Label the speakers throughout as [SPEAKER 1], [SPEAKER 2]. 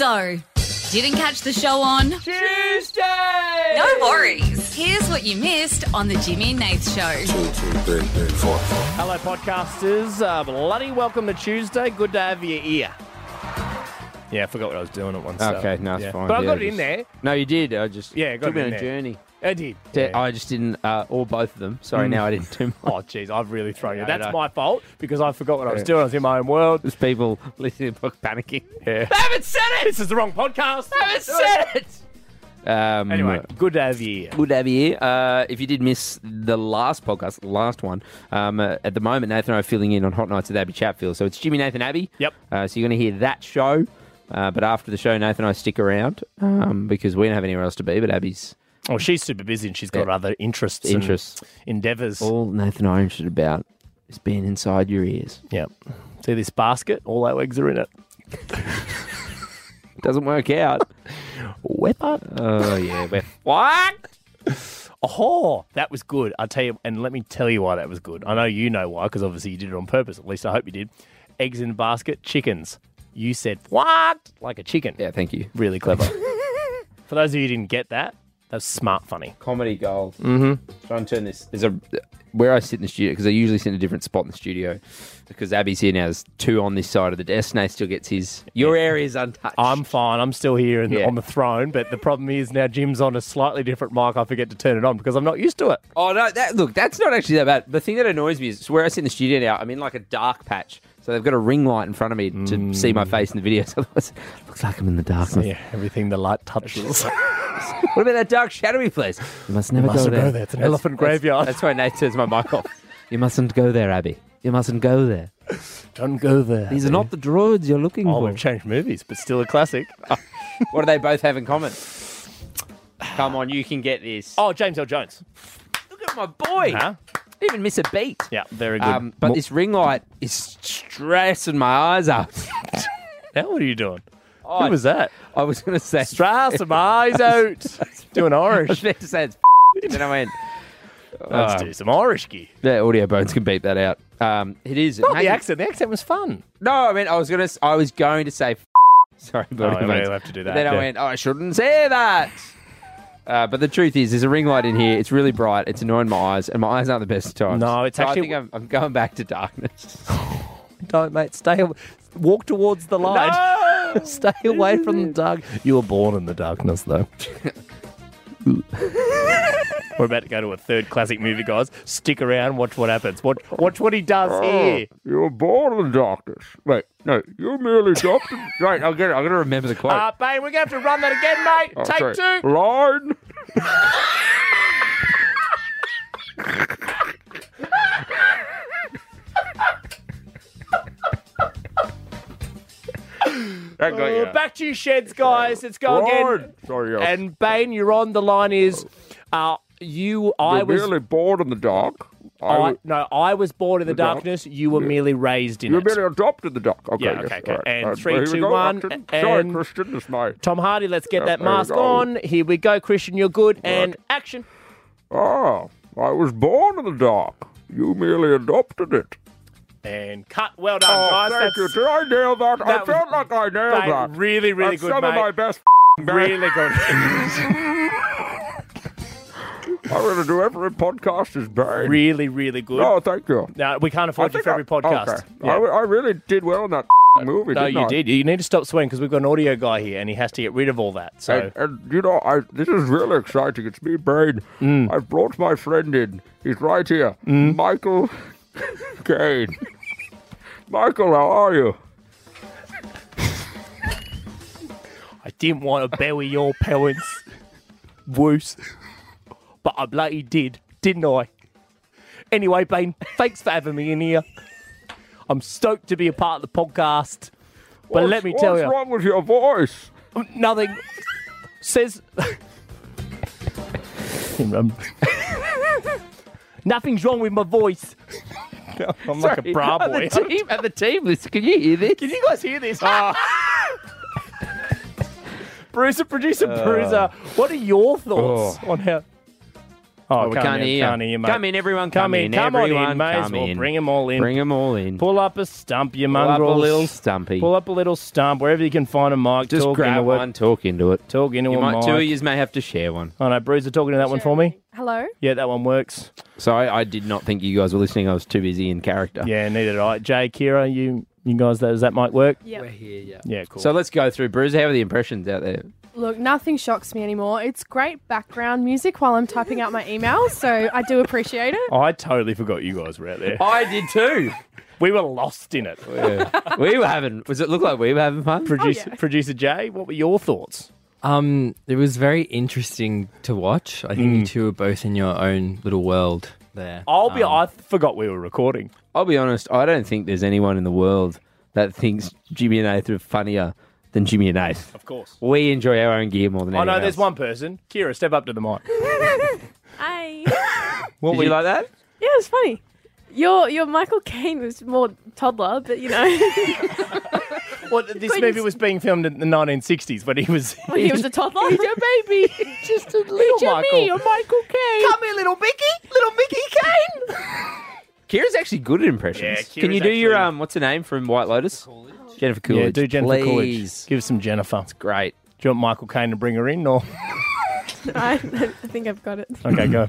[SPEAKER 1] So, didn't catch the show on?
[SPEAKER 2] Tuesday!
[SPEAKER 1] No worries. Here's what you missed on the Jimmy and Nate show.
[SPEAKER 2] Hello, podcasters. Uh, bloody welcome to Tuesday. Good to have you here. Yeah, I forgot what I was doing at once.
[SPEAKER 3] Okay, no, it's fine.
[SPEAKER 2] But I
[SPEAKER 3] Yeah,
[SPEAKER 2] got it
[SPEAKER 3] just-
[SPEAKER 2] in there.
[SPEAKER 3] No, you did. I just
[SPEAKER 2] Yeah, got
[SPEAKER 3] took
[SPEAKER 2] it
[SPEAKER 3] me
[SPEAKER 2] in
[SPEAKER 3] on a
[SPEAKER 2] there.
[SPEAKER 3] journey.
[SPEAKER 2] I did.
[SPEAKER 3] Te-
[SPEAKER 2] Yeah.
[SPEAKER 3] I just didn't, uh, or both of them. Sorry, now I didn't do much.
[SPEAKER 2] Oh, jeez, I've really thrown you.
[SPEAKER 3] Yeah, I
[SPEAKER 2] That's
[SPEAKER 3] know.
[SPEAKER 2] my fault because I forgot what I was doing. I was in my own world.
[SPEAKER 3] There's people listening to the book panicking.
[SPEAKER 2] Yeah. I haven't said it! This is the wrong podcast. I haven't said it!
[SPEAKER 3] Um,
[SPEAKER 2] Anyway, good to have you here.
[SPEAKER 3] Good to have you here. Uh, if you did miss the last podcast, the last one, um, uh, at the moment, Nathan and I are filling in on Hot Nights with Abby Chatfield. So it's Jimmy, Nathan, Abby.
[SPEAKER 2] Yep.
[SPEAKER 3] Uh, so you're going to hear that show. Uh, but after the show, Nathan and I stick around um, because we don't have anywhere else to be. But Abby's
[SPEAKER 2] Well, Oh, she's super busy and she's got
[SPEAKER 3] Yeah.
[SPEAKER 2] other interests, and
[SPEAKER 3] interests.
[SPEAKER 2] endeavors.
[SPEAKER 3] All Nathan and I are interested about is being inside your ears.
[SPEAKER 2] Yeah. See this basket? All our eggs are in it.
[SPEAKER 3] It doesn't work out.
[SPEAKER 2] Weapon.
[SPEAKER 3] Oh, yeah. We're, what?
[SPEAKER 2] Oh, that was good. I tell you, and let me tell you why that was good. I know you know why, because obviously you did it on purpose. At least I hope you did. Eggs in a basket, chickens. You said what? Like a chicken.
[SPEAKER 3] Yeah, thank you.
[SPEAKER 2] Really clever. For those of you who didn't get that, that's smart funny.
[SPEAKER 3] comedy goals. Mm-hmm. Try and turn this. There's a where I sit in the studio because I usually sit in a different spot in the studio because Abby's here now. There's two on this side of the desk. Nate still gets his. Your area is untouched.
[SPEAKER 2] I'm fine. I'm still here and
[SPEAKER 3] Yeah.
[SPEAKER 2] on the throne, but the problem is now Jim's on a slightly different mic. I forget to turn it on because I'm not used to it.
[SPEAKER 3] Oh no! That look. That's not actually that bad. The thing that annoys me is where I sit in the studio now. I'm in like a dark patch, so they've got a ring light in front of me to see my face in the video. So it looks like I'm in the dark.
[SPEAKER 2] Yeah, everything the light touches.
[SPEAKER 3] What about that dark shadowy place? You must never
[SPEAKER 2] mustn't
[SPEAKER 3] go, there.
[SPEAKER 2] go there. It's an elephant graveyard.
[SPEAKER 3] That's, why Nate turns my mic off. You mustn't go there, Abby. You mustn't go there.
[SPEAKER 2] Don't go there.
[SPEAKER 3] These are not the droids you're looking
[SPEAKER 2] Oh,
[SPEAKER 3] for.
[SPEAKER 2] we've changed movies, but still a classic.
[SPEAKER 3] What do they both have in common? Come on, you can get this.
[SPEAKER 2] Oh, James L. Jones.
[SPEAKER 3] look at my boy.
[SPEAKER 2] Huh?
[SPEAKER 3] Didn't even miss a beat.
[SPEAKER 2] Yeah, very good.
[SPEAKER 3] Um, but
[SPEAKER 2] Mo-
[SPEAKER 3] this ring light is stressing my eyes out.
[SPEAKER 2] now what are you doing?
[SPEAKER 3] Oh,
[SPEAKER 2] Who was that?
[SPEAKER 3] I was going to say.
[SPEAKER 2] Strauss, some eyes out. Doing
[SPEAKER 3] I was
[SPEAKER 2] Irish.
[SPEAKER 3] meant to say it's. and then I went.
[SPEAKER 2] Let's do some Irish gee.
[SPEAKER 3] The audio bones can beat that out. Um, it is.
[SPEAKER 2] Not
[SPEAKER 3] Hey,
[SPEAKER 2] the accent. The accent was fun.
[SPEAKER 3] No, Oh, I mean I was going to. I was going to say. Sorry,
[SPEAKER 2] No,
[SPEAKER 3] but
[SPEAKER 2] we don't Oh, have to do that.
[SPEAKER 3] Then I
[SPEAKER 2] yeah.
[SPEAKER 3] went, oh, I shouldn't say that. Uh, but the truth is, there's a ring light in here. It's really bright. It's annoying my eyes, and my eyes aren't the best of times.
[SPEAKER 2] No, it's
[SPEAKER 3] So
[SPEAKER 2] actually-
[SPEAKER 3] I think I'm, I'm going back to darkness.
[SPEAKER 2] Don't, mate. Stay. aw- Walk towards the light. Stay away from the dark. You were born in the darkness, though. We're about to go to a third classic movie, guys. Stick around, watch what happens. Watch, watch what he does
[SPEAKER 3] Oh.
[SPEAKER 2] here.
[SPEAKER 3] Ah, You're born in darkness. Wait, no, you're merely adopted. right, I'll get. I'm gonna remember the quote.
[SPEAKER 2] Uh, Bane, we're going to have to run that again, mate.
[SPEAKER 3] Oh,
[SPEAKER 2] Take
[SPEAKER 3] sorry.
[SPEAKER 2] two.
[SPEAKER 3] Line. that got
[SPEAKER 2] Uh,
[SPEAKER 3] you.
[SPEAKER 2] back to your sheds, guys. Let's go again.
[SPEAKER 3] Line. Sorry, I-
[SPEAKER 2] And Bane, you're on. The line is, uh, you. I
[SPEAKER 3] You're
[SPEAKER 2] was.
[SPEAKER 3] merely born in the dark. I,
[SPEAKER 2] I,
[SPEAKER 3] was-
[SPEAKER 2] no, I was born in the,
[SPEAKER 3] The dark-
[SPEAKER 2] darkness. You were merely raised in
[SPEAKER 3] You're
[SPEAKER 2] it.
[SPEAKER 3] merely adopted the dark. Okay,
[SPEAKER 2] Yeah,
[SPEAKER 3] yes,
[SPEAKER 2] okay, okay.
[SPEAKER 3] alright.
[SPEAKER 2] And
[SPEAKER 3] Alright,
[SPEAKER 2] three,
[SPEAKER 3] here we
[SPEAKER 2] two,
[SPEAKER 3] go,
[SPEAKER 2] one,
[SPEAKER 3] Upton.
[SPEAKER 2] a- and-
[SPEAKER 3] Sorry, Christian, it's my.
[SPEAKER 2] Tom Hardy, let's get
[SPEAKER 3] Yeah,
[SPEAKER 2] that
[SPEAKER 3] there we
[SPEAKER 2] mask
[SPEAKER 3] go.
[SPEAKER 2] on. Here we go, Christian. You're good. And action.
[SPEAKER 3] Oh, I was born in the dark. You merely adopted it.
[SPEAKER 2] And cut. Well done,
[SPEAKER 3] Oh,
[SPEAKER 2] guys.
[SPEAKER 3] thank you.
[SPEAKER 2] That's
[SPEAKER 3] Did I nail that?
[SPEAKER 2] that
[SPEAKER 3] I
[SPEAKER 2] was-
[SPEAKER 3] felt like I nailed
[SPEAKER 2] Bane,
[SPEAKER 3] that.
[SPEAKER 2] really, really
[SPEAKER 3] That's
[SPEAKER 2] good,
[SPEAKER 3] some
[SPEAKER 2] mate.
[SPEAKER 3] of my best.
[SPEAKER 2] really good.
[SPEAKER 3] I'm going to do every podcast is bad.
[SPEAKER 2] really, really good.
[SPEAKER 3] Oh, thank you.
[SPEAKER 2] No, we can't afford you for every podcast.
[SPEAKER 3] Okay.
[SPEAKER 2] Yeah.
[SPEAKER 3] I, I really did well in that movie.
[SPEAKER 2] No,
[SPEAKER 3] didn't
[SPEAKER 2] you
[SPEAKER 3] I?
[SPEAKER 2] did. You need to stop swearing because we've got an audio guy here, and he has to get rid of all that. So
[SPEAKER 3] And, and you know, I, this is really exciting. It's me, Brain.
[SPEAKER 2] Mm.
[SPEAKER 3] I've brought my friend in. He's right here, Michael Kane. Michael, how are you?
[SPEAKER 2] I didn't want to bury your parents, Woos, but I bloody did, didn't I? Anyway, Bane, thanks for having me in here. I'm stoked to be a part of the podcast, but let me tell
[SPEAKER 3] what's
[SPEAKER 2] you,
[SPEAKER 3] wrong with your voice?
[SPEAKER 2] nothing says. Um, Nothing's wrong with my voice. I'm like a bra boy.
[SPEAKER 3] team, and the team, listen, can you hear this?
[SPEAKER 2] Did you guys hear this? Ah. Uh. Bruiser, producer, Bruiser, what are your thoughts on how? Oh,
[SPEAKER 3] we
[SPEAKER 2] come
[SPEAKER 3] can't
[SPEAKER 2] in,
[SPEAKER 3] hear.
[SPEAKER 2] can't hear, mate.
[SPEAKER 3] Come in, everyone. Come,
[SPEAKER 2] Come in, come on in,
[SPEAKER 3] everyone.
[SPEAKER 2] may as
[SPEAKER 3] come
[SPEAKER 2] well
[SPEAKER 3] in.
[SPEAKER 2] bring 'em all in.
[SPEAKER 3] Bring 'em all in.
[SPEAKER 2] Pull up a stump, you
[SPEAKER 3] Pull up a
[SPEAKER 2] mongrels.
[SPEAKER 3] little stumpy.
[SPEAKER 2] Pull up a little stump wherever you can find a mic.
[SPEAKER 3] Just
[SPEAKER 2] talk
[SPEAKER 3] grab
[SPEAKER 2] into
[SPEAKER 3] one,
[SPEAKER 2] It.
[SPEAKER 3] talk into it.
[SPEAKER 2] Talk into
[SPEAKER 3] You
[SPEAKER 2] a
[SPEAKER 3] might,
[SPEAKER 2] mic.
[SPEAKER 3] two of you may have to share one.
[SPEAKER 2] I know, Bruiser talking to that one for me.
[SPEAKER 4] Hello?
[SPEAKER 2] Yeah, that one works.
[SPEAKER 3] Sorry, I did not think you guys were listening. I was too busy in character.
[SPEAKER 2] Yeah, neither did I. Jay, Kira, you you guys, does that mic work?
[SPEAKER 4] Yeah.
[SPEAKER 2] Yeah, cool.
[SPEAKER 3] So let's go through. Bruiser, how are the impressions out there?
[SPEAKER 4] Look, nothing shocks me anymore. It's great background music while I'm typing out my emails, so I do appreciate it.
[SPEAKER 2] I totally forgot you guys were out there.
[SPEAKER 3] I did too.
[SPEAKER 2] We were lost in it.
[SPEAKER 3] Oh, we were having. Was it look like we were having fun?
[SPEAKER 2] Producer,
[SPEAKER 5] Oh,
[SPEAKER 4] yeah.
[SPEAKER 2] Producer Jay, what were your thoughts?
[SPEAKER 6] Um, it was very interesting to watch. I
[SPEAKER 2] Mm.
[SPEAKER 6] think you two are both in your own little world there.
[SPEAKER 2] I'll be.
[SPEAKER 6] Um,
[SPEAKER 2] I forgot we were recording.
[SPEAKER 3] I'll be honest. I don't think there's anyone in the world that thinks Jimmy and Nath are funnier than Jimmy and Nath.
[SPEAKER 2] Of course.
[SPEAKER 3] We enjoy our own gear more than.
[SPEAKER 2] I know
[SPEAKER 3] anyone
[SPEAKER 2] Oh, there's
[SPEAKER 3] else.
[SPEAKER 2] one person. Kira, step up to the mic.
[SPEAKER 5] I
[SPEAKER 2] What
[SPEAKER 3] Did
[SPEAKER 2] were
[SPEAKER 3] you like that?
[SPEAKER 5] yeah, it was funny. Your your Michael Caine was more toddler, but you know
[SPEAKER 2] Well, this movie was being filmed in the 1960s, but he was.
[SPEAKER 5] when he was a toddler. He's a baby.
[SPEAKER 2] just a little Michael.
[SPEAKER 5] Michael Caine.
[SPEAKER 2] Come here, little Mickey. Little Mickey Kane.
[SPEAKER 3] Kira's actually good at impressions.
[SPEAKER 2] Yeah,
[SPEAKER 3] Can
[SPEAKER 2] Kira's
[SPEAKER 3] you do your
[SPEAKER 2] actually-
[SPEAKER 3] um? What's her name from White Lotus? Jennifer Coolidge.
[SPEAKER 2] Yeah, do Jennifer
[SPEAKER 3] please.
[SPEAKER 2] Coolidge. Give some Jennifer.
[SPEAKER 3] Great.
[SPEAKER 2] Do you want Michael Caine to bring her in, or
[SPEAKER 5] I, I think I've got it.
[SPEAKER 2] okay, go.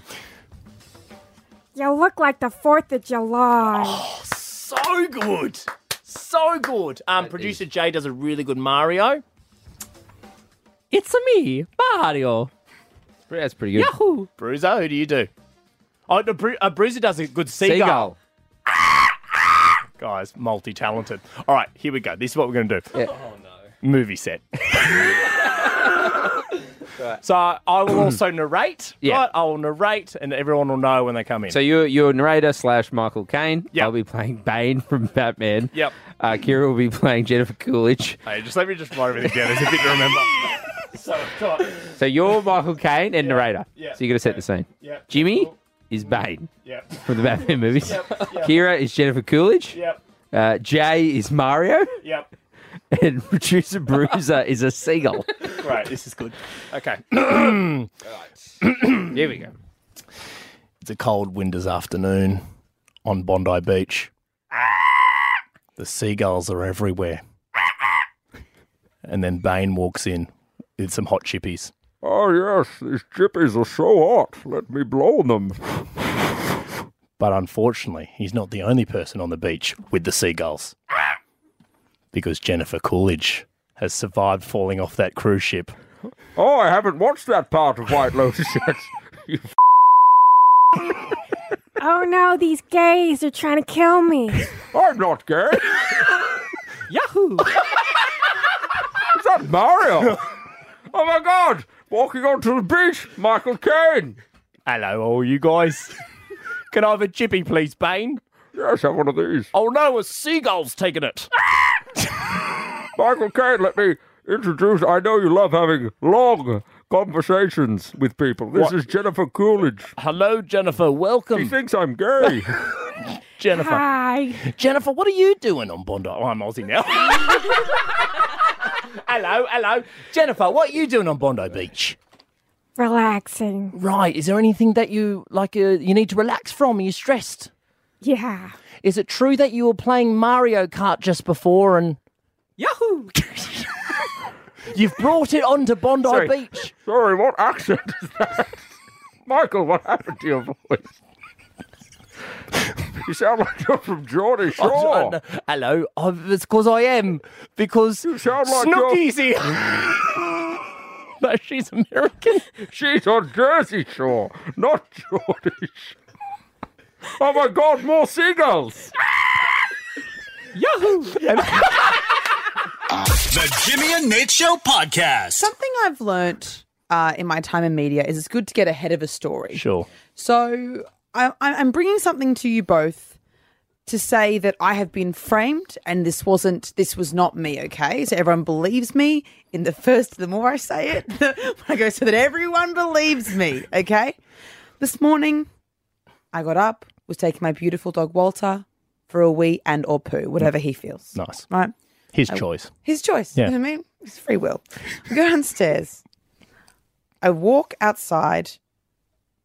[SPEAKER 7] You look like the 4th of July.
[SPEAKER 8] Oh,
[SPEAKER 2] So good, so good. Um, producer Jay does a really good Mario.
[SPEAKER 6] It's a me, Mario.
[SPEAKER 3] That's pretty good.
[SPEAKER 6] Yahoo!
[SPEAKER 2] Bruiser, who do you do? Oh, the Bru- uh, Bruiser does a good seagull.
[SPEAKER 3] Seagull.
[SPEAKER 2] Guys, multi-talented. All right, here we go. This is what we're going to do.
[SPEAKER 3] Yeah.
[SPEAKER 2] Oh no. Movie set. So I will also narrate.
[SPEAKER 3] Yeah.
[SPEAKER 2] Right? I will narrate, and everyone will know when they come in.
[SPEAKER 3] So you're you're narrator slash Michael Caine.
[SPEAKER 2] Yep.
[SPEAKER 3] I'll be playing Bane from Batman.
[SPEAKER 2] Yep.
[SPEAKER 3] Uh, Kira will be playing Jennifer Coolidge.
[SPEAKER 2] Hey, just let me just write everything down. There's a bit to remember. so, come on.
[SPEAKER 3] So you're Michael Caine and narrator.
[SPEAKER 2] yeah.
[SPEAKER 3] So you got to set the scene.
[SPEAKER 2] Yeah.
[SPEAKER 3] Jimmy is Bane
[SPEAKER 2] Yeah.
[SPEAKER 3] from the Batman movies. Kira is Jennifer Coolidge.
[SPEAKER 2] Yep.
[SPEAKER 3] Uh, Jay is Mario,
[SPEAKER 2] Yep.
[SPEAKER 3] and producer Bruiser is a seagull.
[SPEAKER 2] Right. This is good. Okay.
[SPEAKER 3] Here we go.
[SPEAKER 2] It's a cold winter's afternoon on Bondi Beach. The seagulls are everywhere. And then Bane walks in with some hot chippies.
[SPEAKER 8] Oh, yes, these chippies are so hot. Let me blow them.
[SPEAKER 2] But unfortunately, he's not the only person on the beach with the seagulls. Because Jennifer Coolidge has survived falling off that cruise ship.
[SPEAKER 8] Oh, I haven't watched that part of White Lotus yet.
[SPEAKER 7] Oh no, these gays are trying to kill me.
[SPEAKER 8] I'm not gay.
[SPEAKER 3] Yahoo!
[SPEAKER 8] Is that Mario? oh my god! Walking onto the beach, Michael Caine.
[SPEAKER 2] Hello, all you guys. Can I have a chippy, please, Bane?
[SPEAKER 8] Yes, have one of these.
[SPEAKER 2] Oh no, a seagull's taken it.
[SPEAKER 8] Michael Caine, let me introduce. I know you love having long conversations with people. This
[SPEAKER 2] What?
[SPEAKER 8] is Jennifer Coolidge.
[SPEAKER 2] Hello, Jennifer.
[SPEAKER 8] She
[SPEAKER 2] Welcome,
[SPEAKER 8] thinks I'm gay.
[SPEAKER 2] Jennifer.
[SPEAKER 7] Hi.
[SPEAKER 2] Jennifer, what are you doing on Bondi? Oh, I'm Aussie now. hello, hello. Jennifer, what are you doing on Bondi Beach?
[SPEAKER 7] Relaxing.
[SPEAKER 2] Right, is there anything that you like uh, you need to relax from? Are you stressed?
[SPEAKER 7] Yeah.
[SPEAKER 2] Is it true that you were playing Mario Kart just before and
[SPEAKER 3] Yahoo!
[SPEAKER 2] you've brought it onto Bondi
[SPEAKER 3] Sorry.
[SPEAKER 2] Beach?
[SPEAKER 8] Sorry, what accent is that? Michael, what happened to your voice? you sound like you're from Geordie Shore.
[SPEAKER 2] Oh, hello, oh, it's because I am because
[SPEAKER 8] You sound like
[SPEAKER 2] Snooky's here. no, she's American.
[SPEAKER 8] She's on Jersey Shore, not Geordie Shore. Oh my god, more seagulls!
[SPEAKER 9] The Jimmy and Nate Show podcast.
[SPEAKER 10] Something I've learnt uh, in my time in media is it's good to get ahead of a story.
[SPEAKER 2] Sure.
[SPEAKER 10] So I, I- I'm bringing something to you both to say that I have been framed, and this wasn't, this was not me. Okay, so everyone believes me. In the first, the more I say it, the, when I go so that everyone believes me. Okay, this morning I got up, was taking my beautiful dog Walter for a wee and or poo, whatever he feels.
[SPEAKER 2] Nice.
[SPEAKER 10] Right.
[SPEAKER 2] His choice.
[SPEAKER 10] His choice.
[SPEAKER 2] Yeah.
[SPEAKER 10] You know what I mean? It's free will. I go downstairs. I walk outside.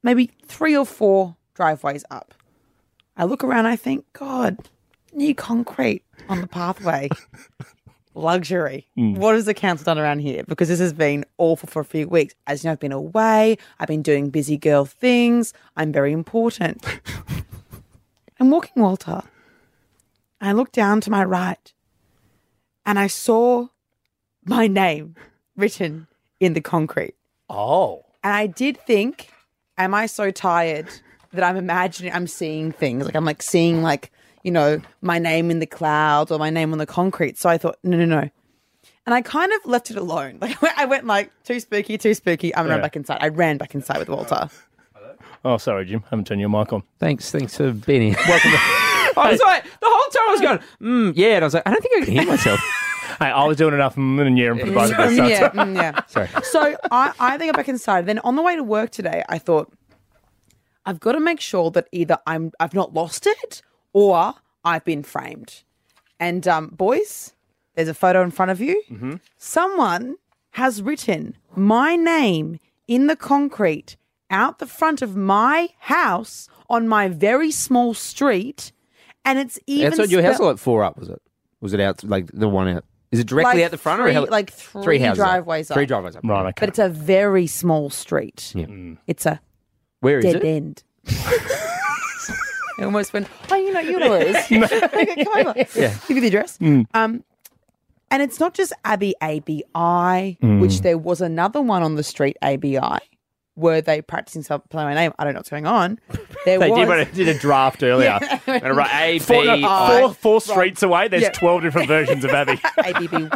[SPEAKER 10] maybe three or four driveways up. I look around, I think, God, new concrete on the pathway. Luxury. What has the council done around here? Because this has been awful for a few weeks. As you know, I've been away, I've been doing busy girl things, I'm very important. I'm walking Walter. I look down to my right and I saw my name written in the concrete.
[SPEAKER 2] Oh.
[SPEAKER 10] And I did think, am I so tired that I'm imagining I'm seeing things? Like I'm like seeing like, you know, my name in the clouds or my name on the concrete. So I thought, no, no, no. And I kind of left it alone. Like I went like too spooky, too spooky. I'm gonna run
[SPEAKER 2] Yeah.
[SPEAKER 10] back inside. I ran back inside with Walter.
[SPEAKER 2] Oh, sorry, Jim. haven't turned your mic on.
[SPEAKER 3] Thanks, thanks for being here.
[SPEAKER 2] Welcome to-
[SPEAKER 3] I'm sorry. The whole time I was going, mm, yeah, and I was like, I don't think I can hear myself.
[SPEAKER 2] hey, I was doing enough mm, and yeah for the both of us.
[SPEAKER 10] Mm,
[SPEAKER 2] so-
[SPEAKER 10] yeah, mm, yeah.
[SPEAKER 3] Sorry.
[SPEAKER 10] So I, I think I'm back inside. Then on the way to work today, I thought I've got to make sure that either I'm I've not lost it or I've been framed. And um, boys, there's a photo in front of you.
[SPEAKER 3] Mm-hmm.
[SPEAKER 10] Someone has written my name in the concrete out the front of my house on my very small street, and it's even
[SPEAKER 3] That's what your house
[SPEAKER 10] spelled-
[SPEAKER 3] like four up, was it? Was it out like the one out? Is it directly
[SPEAKER 10] Like
[SPEAKER 3] out the front or
[SPEAKER 10] three-
[SPEAKER 3] hell-
[SPEAKER 10] like three
[SPEAKER 3] houses up.
[SPEAKER 10] driveways up.
[SPEAKER 3] Three driveways up.
[SPEAKER 2] Right, okay. Mm.
[SPEAKER 10] but it's a very small street.
[SPEAKER 3] Yeah.
[SPEAKER 10] It's a
[SPEAKER 3] Where is
[SPEAKER 10] dead
[SPEAKER 3] it?
[SPEAKER 10] end. I almost went, oh, you know, you know where it is. okay, come over. Give you the address.
[SPEAKER 3] Mm.
[SPEAKER 10] Um, and it's not just Abbey ABI,
[SPEAKER 3] Mm.
[SPEAKER 10] which there was another one on the street ABI. Were they practicing something my name? I don't know what's going on. There
[SPEAKER 2] They
[SPEAKER 10] was.
[SPEAKER 2] did, but I did a draft earlier. And right, A,
[SPEAKER 3] Four- uh,
[SPEAKER 2] B,
[SPEAKER 10] I.
[SPEAKER 2] four, four streets away, there's
[SPEAKER 10] Yeah.
[SPEAKER 2] 12 different versions of Abby.
[SPEAKER 10] ABBY,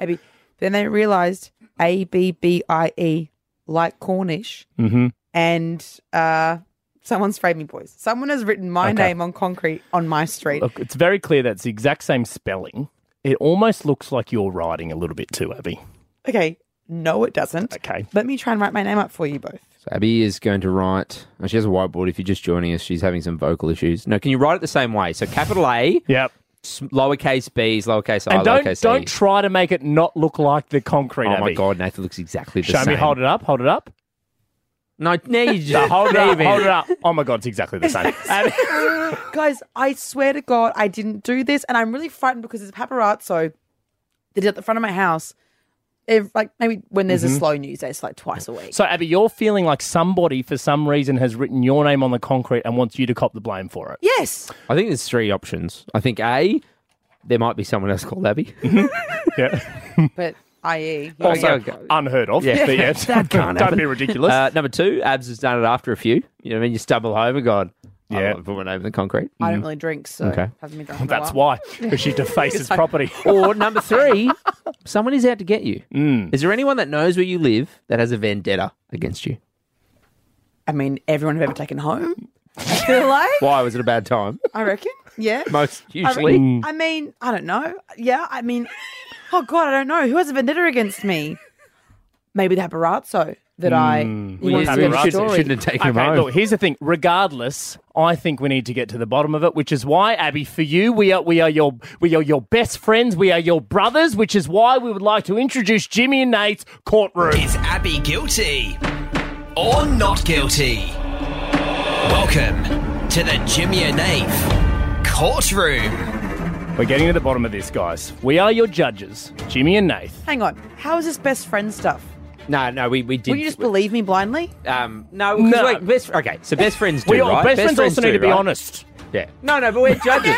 [SPEAKER 10] AB. Then they realized ABBIE, E, like Cornish.
[SPEAKER 2] Mhm.
[SPEAKER 10] And uh, someone's framed me, boys. Someone has written my name on concrete on my street.
[SPEAKER 2] Look, it's very clear that's the exact same spelling. It almost looks like you're writing a little bit too, Abby.
[SPEAKER 10] Okay. No, it doesn't.
[SPEAKER 2] Okay.
[SPEAKER 10] Let me try and write my name up for you both.
[SPEAKER 3] So Abby is going to write. And she has a whiteboard. If you're just joining us, she's having some vocal issues. No, can you write it the same way? So capital A,
[SPEAKER 2] Yep.
[SPEAKER 3] s- lowercase b's, lowercase i,
[SPEAKER 2] And don't
[SPEAKER 3] lowercase
[SPEAKER 2] don't
[SPEAKER 3] e.
[SPEAKER 2] try to make it not look like the concrete.
[SPEAKER 3] Oh
[SPEAKER 2] Abby.
[SPEAKER 3] my god, Nathan looks exactly the
[SPEAKER 2] Show
[SPEAKER 3] same.
[SPEAKER 2] me. Hold it up. Hold it up.
[SPEAKER 3] No, now you just
[SPEAKER 2] No, hold it
[SPEAKER 3] now
[SPEAKER 2] up.
[SPEAKER 3] you've
[SPEAKER 2] Hold it
[SPEAKER 3] been-
[SPEAKER 2] up. Oh my god, it's exactly the same. Abby,
[SPEAKER 10] Guys, I swear to God, I didn't do this. And I'm really frightened because there's a paparazzo that is at the front of my house. If, like maybe when there's
[SPEAKER 2] Mm-hmm.
[SPEAKER 10] a slow news day, it's like twice a week.
[SPEAKER 2] so Abby, you're feeling like somebody for some reason has written your name on the concrete and wants you to cop the blame for it.
[SPEAKER 10] yes.
[SPEAKER 3] I think there's three options. I think A, there might be someone else called Abby.
[SPEAKER 2] Yeah.
[SPEAKER 10] But E, IE.
[SPEAKER 2] Also
[SPEAKER 3] Okay.
[SPEAKER 2] unheard of.
[SPEAKER 3] Yeah.
[SPEAKER 2] but yeah.
[SPEAKER 3] That can't
[SPEAKER 2] Don't be
[SPEAKER 3] happen.
[SPEAKER 2] ridiculous.
[SPEAKER 3] Uh, number two, Abs has done it after a few. You know, what I mean, you stumble home and gone,
[SPEAKER 2] Yeah.
[SPEAKER 3] yeah, put my name in the concrete.
[SPEAKER 10] I don't really drink, so
[SPEAKER 3] Mm. Okay.
[SPEAKER 10] hasn't been drunk. in a
[SPEAKER 2] that's
[SPEAKER 10] while.
[SPEAKER 2] why, because she defaced his property.
[SPEAKER 3] or number three, someone is out to get you.
[SPEAKER 2] Mm.
[SPEAKER 3] Is there anyone that knows where you live that has a vendetta against you?
[SPEAKER 10] I mean, everyone I've ever taken home. I feel like
[SPEAKER 3] Why was it a bad time?
[SPEAKER 10] I reckon. Yeah.
[SPEAKER 3] Most
[SPEAKER 10] I, re-
[SPEAKER 3] usually.
[SPEAKER 10] I mean, I don't know. Yeah, I mean, oh god, I don't know. Who has a vendetta against me? Maybe the paparazzo that I
[SPEAKER 3] You
[SPEAKER 10] once
[SPEAKER 2] have
[SPEAKER 10] did a
[SPEAKER 2] paparazzo.
[SPEAKER 10] story.
[SPEAKER 3] shouldn't, shouldn't have taken him
[SPEAKER 2] Okay,
[SPEAKER 3] home.
[SPEAKER 2] look, here's the thing. Regardless, I think we need to get to the bottom of it, which is why, Abby, for you, we are we are your we are your best friends, we are your brothers, which is why we would like to introduce Jimmy and Nate's courtroom.
[SPEAKER 9] Is Abby guilty or not guilty? Welcome to the Jimmy and Nath courtroom.
[SPEAKER 2] We're getting to the bottom of this, guys. We are your judges, Jimmy and Nate.
[SPEAKER 10] Hang on. How is this best friend stuff?
[SPEAKER 3] No, no, we, we did.
[SPEAKER 10] Will you just believe me blindly?
[SPEAKER 3] um, no,
[SPEAKER 2] Mm. No.
[SPEAKER 3] no. Like, best, okay, so best friends do,
[SPEAKER 2] We all,
[SPEAKER 3] right?
[SPEAKER 2] best, friends, also
[SPEAKER 3] do,
[SPEAKER 2] need to be
[SPEAKER 3] right?
[SPEAKER 2] honest.
[SPEAKER 3] Yeah. No, no, but we're judges.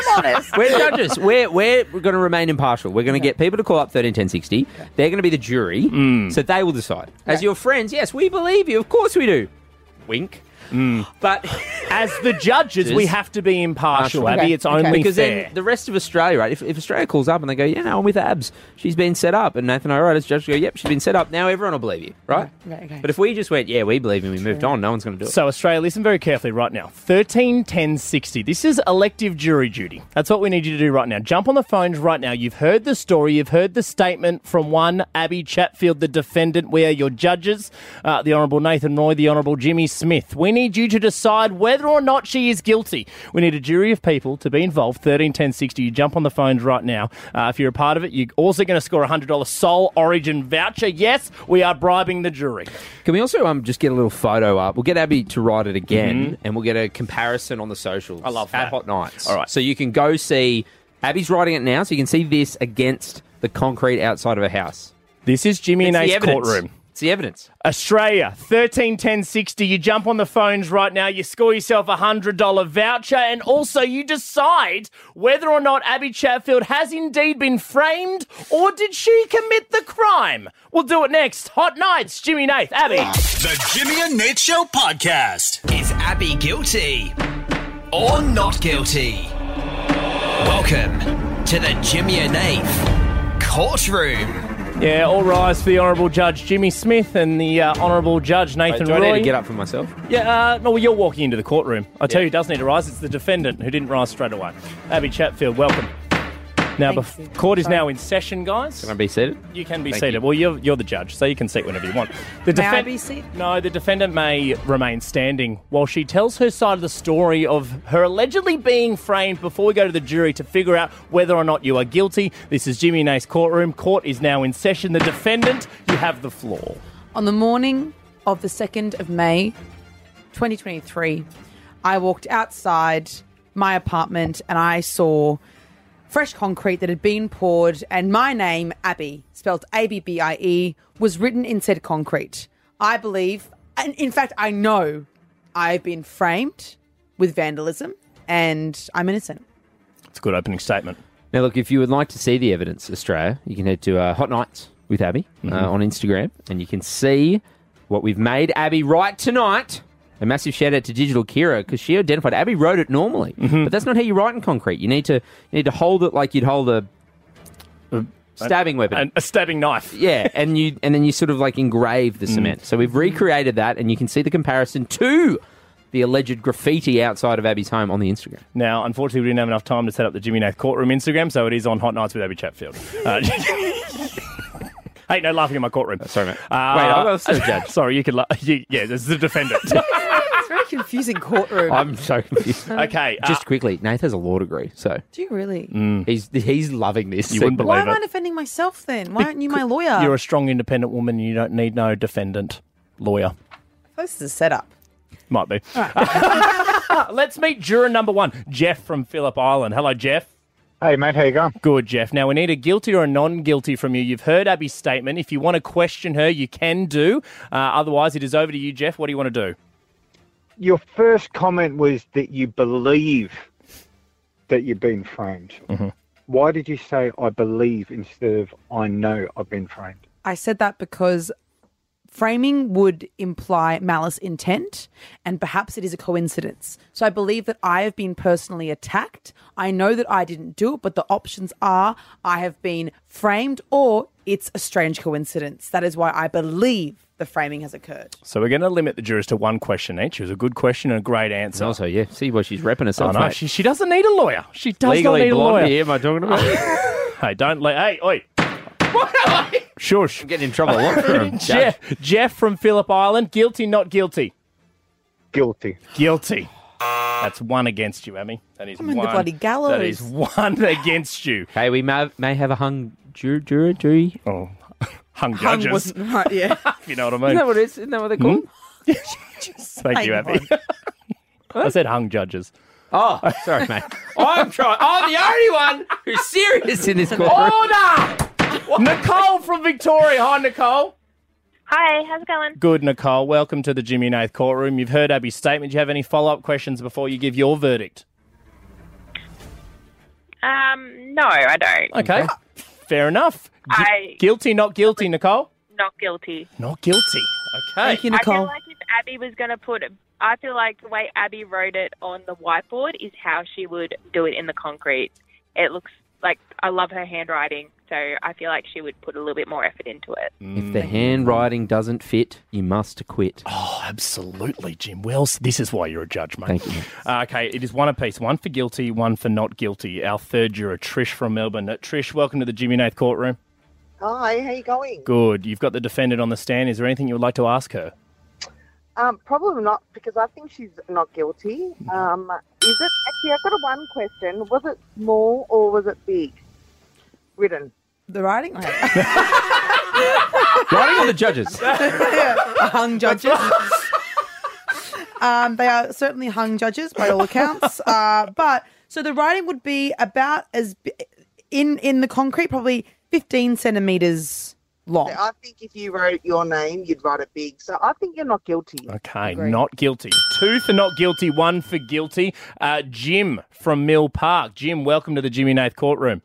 [SPEAKER 3] We're judges. We're we're, we're going to remain impartial. We're going to get people to call up thirteen ten sixty. They're going to be the jury,
[SPEAKER 2] Mm.
[SPEAKER 3] so they will decide. As your friends, yes, we believe you. Of course we do. Wink. But
[SPEAKER 2] Mm. As the judges, we have to be impartial,
[SPEAKER 3] Impartial.
[SPEAKER 2] Abby.
[SPEAKER 10] Okay,
[SPEAKER 2] It's
[SPEAKER 10] okay.
[SPEAKER 2] only
[SPEAKER 3] because
[SPEAKER 2] fair.
[SPEAKER 3] then the rest of Australia, right? If, if Australia calls up and they go, yeah, no, I'm with abs. She's been set up, and Nathan, all right, as judge, go, yep, she's been set up. Now everyone will believe you, right?
[SPEAKER 10] Okay, okay.
[SPEAKER 3] But if we just went, yeah, we believe you, we moved on. No one's going to do it.
[SPEAKER 2] So, Australia, listen very carefully right now. 13 10 60. This is elective jury duty. That's what we need you to do right now. Jump on the phones right now. You've heard the story, you've heard the statement from one Abby Chatfield, the defendant. We are your judges, uh, the Honourable Nathan Roy, the Honourable Jimmy Smith. We need you to decide whether or not she is guilty. We need a jury of people to be involved. 13 10 60. You jump on the phones right now. Uh, if you're a part of it, you're also going to score a $100 Soul Origin voucher. Yes, we are bribing the jury.
[SPEAKER 3] Can we also um, just get a little photo up? We'll get Abby to write it again, and we'll get a comparison on the socials. Mm-hmm. I love At Hot Nights. All right. So you can go see. Abby's writing it now, so you can see this against the concrete outside of her house.
[SPEAKER 2] This is Jimmy
[SPEAKER 3] it's
[SPEAKER 2] and Ace
[SPEAKER 3] the evidence.
[SPEAKER 2] courtroom.
[SPEAKER 3] It's the evidence.
[SPEAKER 2] Australia, 13 10 60. You jump on the phones right now, you score yourself a $100 voucher, and also you decide whether or not Abby Chatfield has indeed been framed or did she commit the crime. We'll do it next. Hot Nights, Jimmy Nath, Abby.
[SPEAKER 9] The Jimmy and Nate Show podcast. Is Abby guilty or not guilty? Welcome to the Jimmy and Nate courtroom.
[SPEAKER 2] Yeah, all rise for the Honourable Judge Jimmy Smith and the uh, Honourable Judge
[SPEAKER 3] Wait,
[SPEAKER 2] Nathan
[SPEAKER 3] do I
[SPEAKER 2] Roy.
[SPEAKER 3] need to get up for myself?
[SPEAKER 2] Yeah, uh, no, well, you're walking into the courtroom. I tell you, who does need to rise. It's the defendant who didn't rise straight away. Abby Chatfield, welcome. Now, bef- court is now in session, guys.
[SPEAKER 3] Can I be seated?
[SPEAKER 2] You can be
[SPEAKER 3] Thank
[SPEAKER 2] seated.
[SPEAKER 3] you.
[SPEAKER 2] Well, you're, you're the judge, so you can sit whenever you want. The
[SPEAKER 10] May I
[SPEAKER 2] defen-
[SPEAKER 10] be seated?
[SPEAKER 2] No, the defendant may remain standing while she tells her side of the story of her allegedly being framed before we go to the jury to figure out whether or not you are guilty. This is Jimmy and Ace courtroom. Court is now in session. The defendant, you have the floor.
[SPEAKER 10] On the morning of the 2nd of May, 2023, I walked outside my apartment and I saw fresh concrete that had been poured, and my name, Abby, spelled A B B I E, was written in said concrete. I believe, and in fact, I know I've been framed with vandalism and I'm innocent.
[SPEAKER 2] It's a good opening statement.
[SPEAKER 3] Now, look, if you would like to see the evidence, Australia, you can head to uh, Hot Nights with Abby
[SPEAKER 2] Mm-hmm.
[SPEAKER 3] uh, on Instagram, and you can see what we've made Abby write tonight. A massive shout out to Digital Kira because she identified Abby wrote it normally,
[SPEAKER 2] Mm-hmm.
[SPEAKER 3] but that's not how you write in concrete. You need to you need to hold it like you'd hold a, a stabbing weapon.
[SPEAKER 2] And a stabbing knife. Mm.
[SPEAKER 3] yeah, and you and then you sort of like engrave the cement. So we've recreated that, and you can see the comparison to the alleged graffiti outside of Abby's home on the Instagram.
[SPEAKER 2] Now, unfortunately, we didn't have enough time to set up the Jimmy Nath courtroom Instagram, so it is on Hot Nights with Abby Chatfield. Uh, hey, no laughing in my courtroom. Uh,
[SPEAKER 3] Sorry, mate. Wait, I was the judge.
[SPEAKER 2] Sorry, you could. La- you, yeah, this is the defendant.
[SPEAKER 10] It's a very confusing courtroom.
[SPEAKER 3] I'm so confused.
[SPEAKER 2] okay, uh,
[SPEAKER 3] Just quickly, Nath has a law degree, so
[SPEAKER 10] Do you really?
[SPEAKER 2] Mm.
[SPEAKER 3] he's he's loving this.
[SPEAKER 2] you wouldn't
[SPEAKER 10] Why
[SPEAKER 2] believe
[SPEAKER 10] am I
[SPEAKER 2] it.
[SPEAKER 10] defending myself then? Why aren't you my lawyer?
[SPEAKER 2] You're a strong, independent woman. You don't need no defendant lawyer.
[SPEAKER 10] this is a setup.
[SPEAKER 2] Might be. Let's meet juror number one, Jeff from Phillip Island. Hello, Jeff.
[SPEAKER 11] Hey, mate, how you going?
[SPEAKER 2] Good, Jeff. Now, we need a guilty or a non guilty from you. You've heard Abby's statement. If you want to question her, you can do. Uh, otherwise, it is over to you, Jeff. What do you want to do?
[SPEAKER 11] Your first comment was that you believe that you've been framed. Why did you say I believe instead of I know I've been framed?
[SPEAKER 10] I said that because framing would imply malice intent, and perhaps it is a coincidence. So I believe that I have been personally attacked. I know that I didn't do it, but the options are I have been framed or it's a strange coincidence. That is why I believe the framing has occurred.
[SPEAKER 2] So, we're going to limit the jurors to one question each. It was a good question and a great answer.
[SPEAKER 3] also, yeah, see why she's repping
[SPEAKER 2] Oh,
[SPEAKER 3] herself.
[SPEAKER 2] no,
[SPEAKER 3] mate.
[SPEAKER 2] she, she doesn't need a lawyer. She does
[SPEAKER 3] legally
[SPEAKER 2] not need a
[SPEAKER 3] blonde
[SPEAKER 2] lawyer.
[SPEAKER 3] here. Am I talking about?
[SPEAKER 2] Hey, don't let. Hey, oi. Shush.
[SPEAKER 3] Getting in trouble a lot for him. Judge.
[SPEAKER 2] Jeff, Jeff from Phillip Island, guilty, not guilty.
[SPEAKER 11] Guilty.
[SPEAKER 2] Guilty. That's one against you, Emmy. That is
[SPEAKER 10] I'm in the
[SPEAKER 2] one.
[SPEAKER 10] bloody gallows.
[SPEAKER 2] That is one against you.
[SPEAKER 3] Okay, we may, may have a hung jury, jury, jury.
[SPEAKER 2] Oh, hung
[SPEAKER 10] Hung
[SPEAKER 2] judges.
[SPEAKER 10] wasn't right, yeah.
[SPEAKER 2] you know what I mean? Mm.
[SPEAKER 3] what it is? Isn't that what they're called?
[SPEAKER 2] Hmm? Thank you, Abby. I said hung judges.
[SPEAKER 3] Oh, sorry, mate. I'm trying. I'm the only one who's serious in this courtroom.
[SPEAKER 2] Order! Nicole from Victoria. Hi, Nicole.
[SPEAKER 5] Hi, how's it going?
[SPEAKER 2] Good, Nicole. Welcome to the Jimmy and Nath courtroom. You've heard Abby's statement. Do you have any follow up questions before you give your verdict?
[SPEAKER 5] Um, no, I don't.
[SPEAKER 2] Okay. Fair enough. Gu-
[SPEAKER 5] I-
[SPEAKER 2] Guilty, not guilty, Nicole?
[SPEAKER 5] Not guilty.
[SPEAKER 2] Not guilty. Okay.
[SPEAKER 10] Thank you,
[SPEAKER 5] I feel
[SPEAKER 10] Nicole.
[SPEAKER 5] like if Abby was going to put, I feel like the way Abby wrote it on the whiteboard is how she would do it in the concrete. It looks like I love her handwriting, so I feel like she would put a little bit more effort into it.
[SPEAKER 2] Mm.
[SPEAKER 3] If the handwriting doesn't fit, you must quit.
[SPEAKER 2] Oh, absolutely, Jim. Wells. this is why you're a judge, mate.
[SPEAKER 3] Thank you.
[SPEAKER 2] Uh, okay, it is one apiece. One for guilty, one for not guilty. Our third juror, Trish from Melbourne. Uh, Trish, welcome to the Jimmy Nath courtroom.
[SPEAKER 12] Hi, how you going?
[SPEAKER 2] Good. You've got the defendant on the stand. Is there anything you would like to ask her?
[SPEAKER 12] Um, probably not, because I think she's not guilty.
[SPEAKER 2] Mm-hmm.
[SPEAKER 12] Um, is it actually? I've got a one question. Was it small or was it big? Written.
[SPEAKER 10] The writing.
[SPEAKER 3] Writing on the judges.
[SPEAKER 10] hung judges. um, they are certainly hung judges by all accounts. Uh, but so the writing would be about as bi- in in the concrete, probably fifteen centimeters long.
[SPEAKER 12] I think if you wrote your name, you'd write it big. So I think you're not guilty.
[SPEAKER 2] Okay, not guilty. Two for not guilty, one for guilty. Uh, Jim from Mill Park. Jim, welcome to the Jimmy Nath courtroom.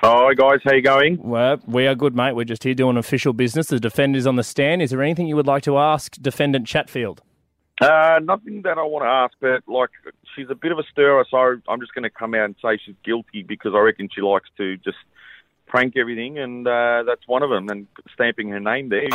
[SPEAKER 13] Hi guys, how you going?
[SPEAKER 2] Well, we are good, mate. We're just here doing official business. The defendant is on the stand. Is there anything you would like to ask defendant Chatfield?
[SPEAKER 13] Uh, nothing that I want to ask, but like she's a bit of a stirrer, so I'm just going to come out and say she's guilty because I reckon she likes to just prank everything, and uh, that's one of them. And stamping her name there. is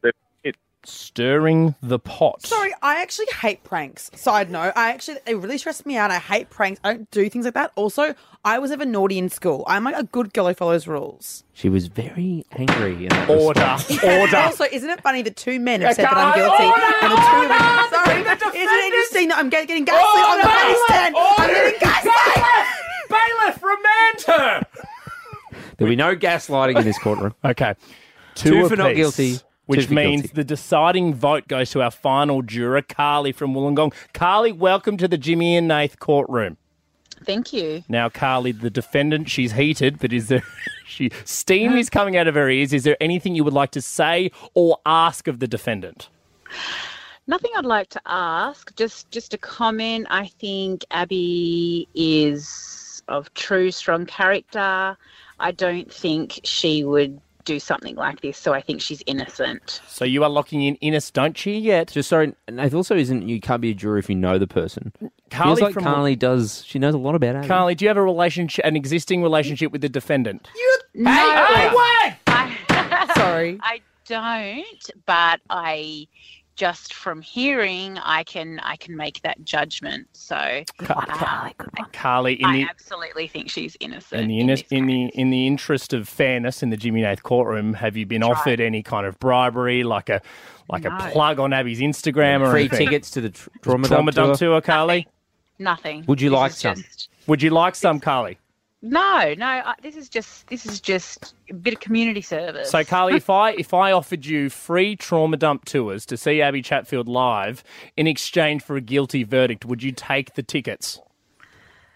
[SPEAKER 13] the- it.
[SPEAKER 2] Stirring the pot.
[SPEAKER 10] Sorry, I actually hate pranks. Side note, I actually it really stressed me out. I hate pranks. I don't do things like that. Also, I was ever naughty in school. I'm like a good girl who follows rules.
[SPEAKER 3] She was very angry. In that
[SPEAKER 2] Order.
[SPEAKER 10] And Also, isn't it funny that two men have said that I'm
[SPEAKER 3] Okay,
[SPEAKER 10] guilty?
[SPEAKER 3] order,
[SPEAKER 10] and the two women, sorry, isn't it interesting that I'm get- getting gaslit on the
[SPEAKER 3] Order,
[SPEAKER 10] body stand? I'm
[SPEAKER 3] order.
[SPEAKER 10] getting gaslit.
[SPEAKER 2] Bailiff, remand her.
[SPEAKER 3] There'll be no gaslighting in this courtroom.
[SPEAKER 2] okay.
[SPEAKER 3] Two, for not
[SPEAKER 2] apiece,
[SPEAKER 3] guilty.
[SPEAKER 2] Which
[SPEAKER 3] two for
[SPEAKER 2] means
[SPEAKER 3] guilty.
[SPEAKER 2] the deciding vote goes to our final juror, Carly from Wollongong. Carly, welcome to the Jimmy and Nath courtroom.
[SPEAKER 1] Thank you.
[SPEAKER 2] Now, Carly, the defendant, she's heated, but is there she steam is coming out of her ears? Is there anything you would like to say or ask of the defendant?
[SPEAKER 1] Nothing I'd like to ask, just just a comment. I think Abby is of true strong character. I don't think she would do something like this, so I think she's innocent.
[SPEAKER 2] So you are locking in Innes, don't she yet?
[SPEAKER 3] Just sorry, Nath also isn't. You can't be a juror if you know the person.
[SPEAKER 2] Carly
[SPEAKER 3] Feels like
[SPEAKER 2] from-
[SPEAKER 3] Carly does. She knows a lot about Abby.
[SPEAKER 2] Carly, do you have a relationship, an existing relationship with the defendant?
[SPEAKER 1] No,
[SPEAKER 2] hey,
[SPEAKER 1] I,
[SPEAKER 10] Sorry.
[SPEAKER 1] I don't, but I just from hearing I can I can make that judgment. So uh,
[SPEAKER 2] Carly, Carly, in
[SPEAKER 1] I
[SPEAKER 2] the
[SPEAKER 1] absolutely think she's innocent.
[SPEAKER 2] in the in, in the in the interest of fairness in the Jimmy Nath courtroom, have you been offered any kind of bribery, like a like
[SPEAKER 1] No.
[SPEAKER 2] a plug on Abby's Instagram or
[SPEAKER 3] Free
[SPEAKER 2] anything?
[SPEAKER 3] tickets to the tr- trauma
[SPEAKER 2] trauma
[SPEAKER 3] dump
[SPEAKER 2] dump
[SPEAKER 3] tour?
[SPEAKER 2] tour, Carly?
[SPEAKER 1] Nothing.
[SPEAKER 3] Would you like some?
[SPEAKER 2] Would you like some, Carly?
[SPEAKER 1] No, no. I, this is just this is just a bit of community service.
[SPEAKER 2] So, Carly, if I if I offered you free trauma dump tours to see Abby Chatfield live in exchange for a guilty verdict, would you take the tickets?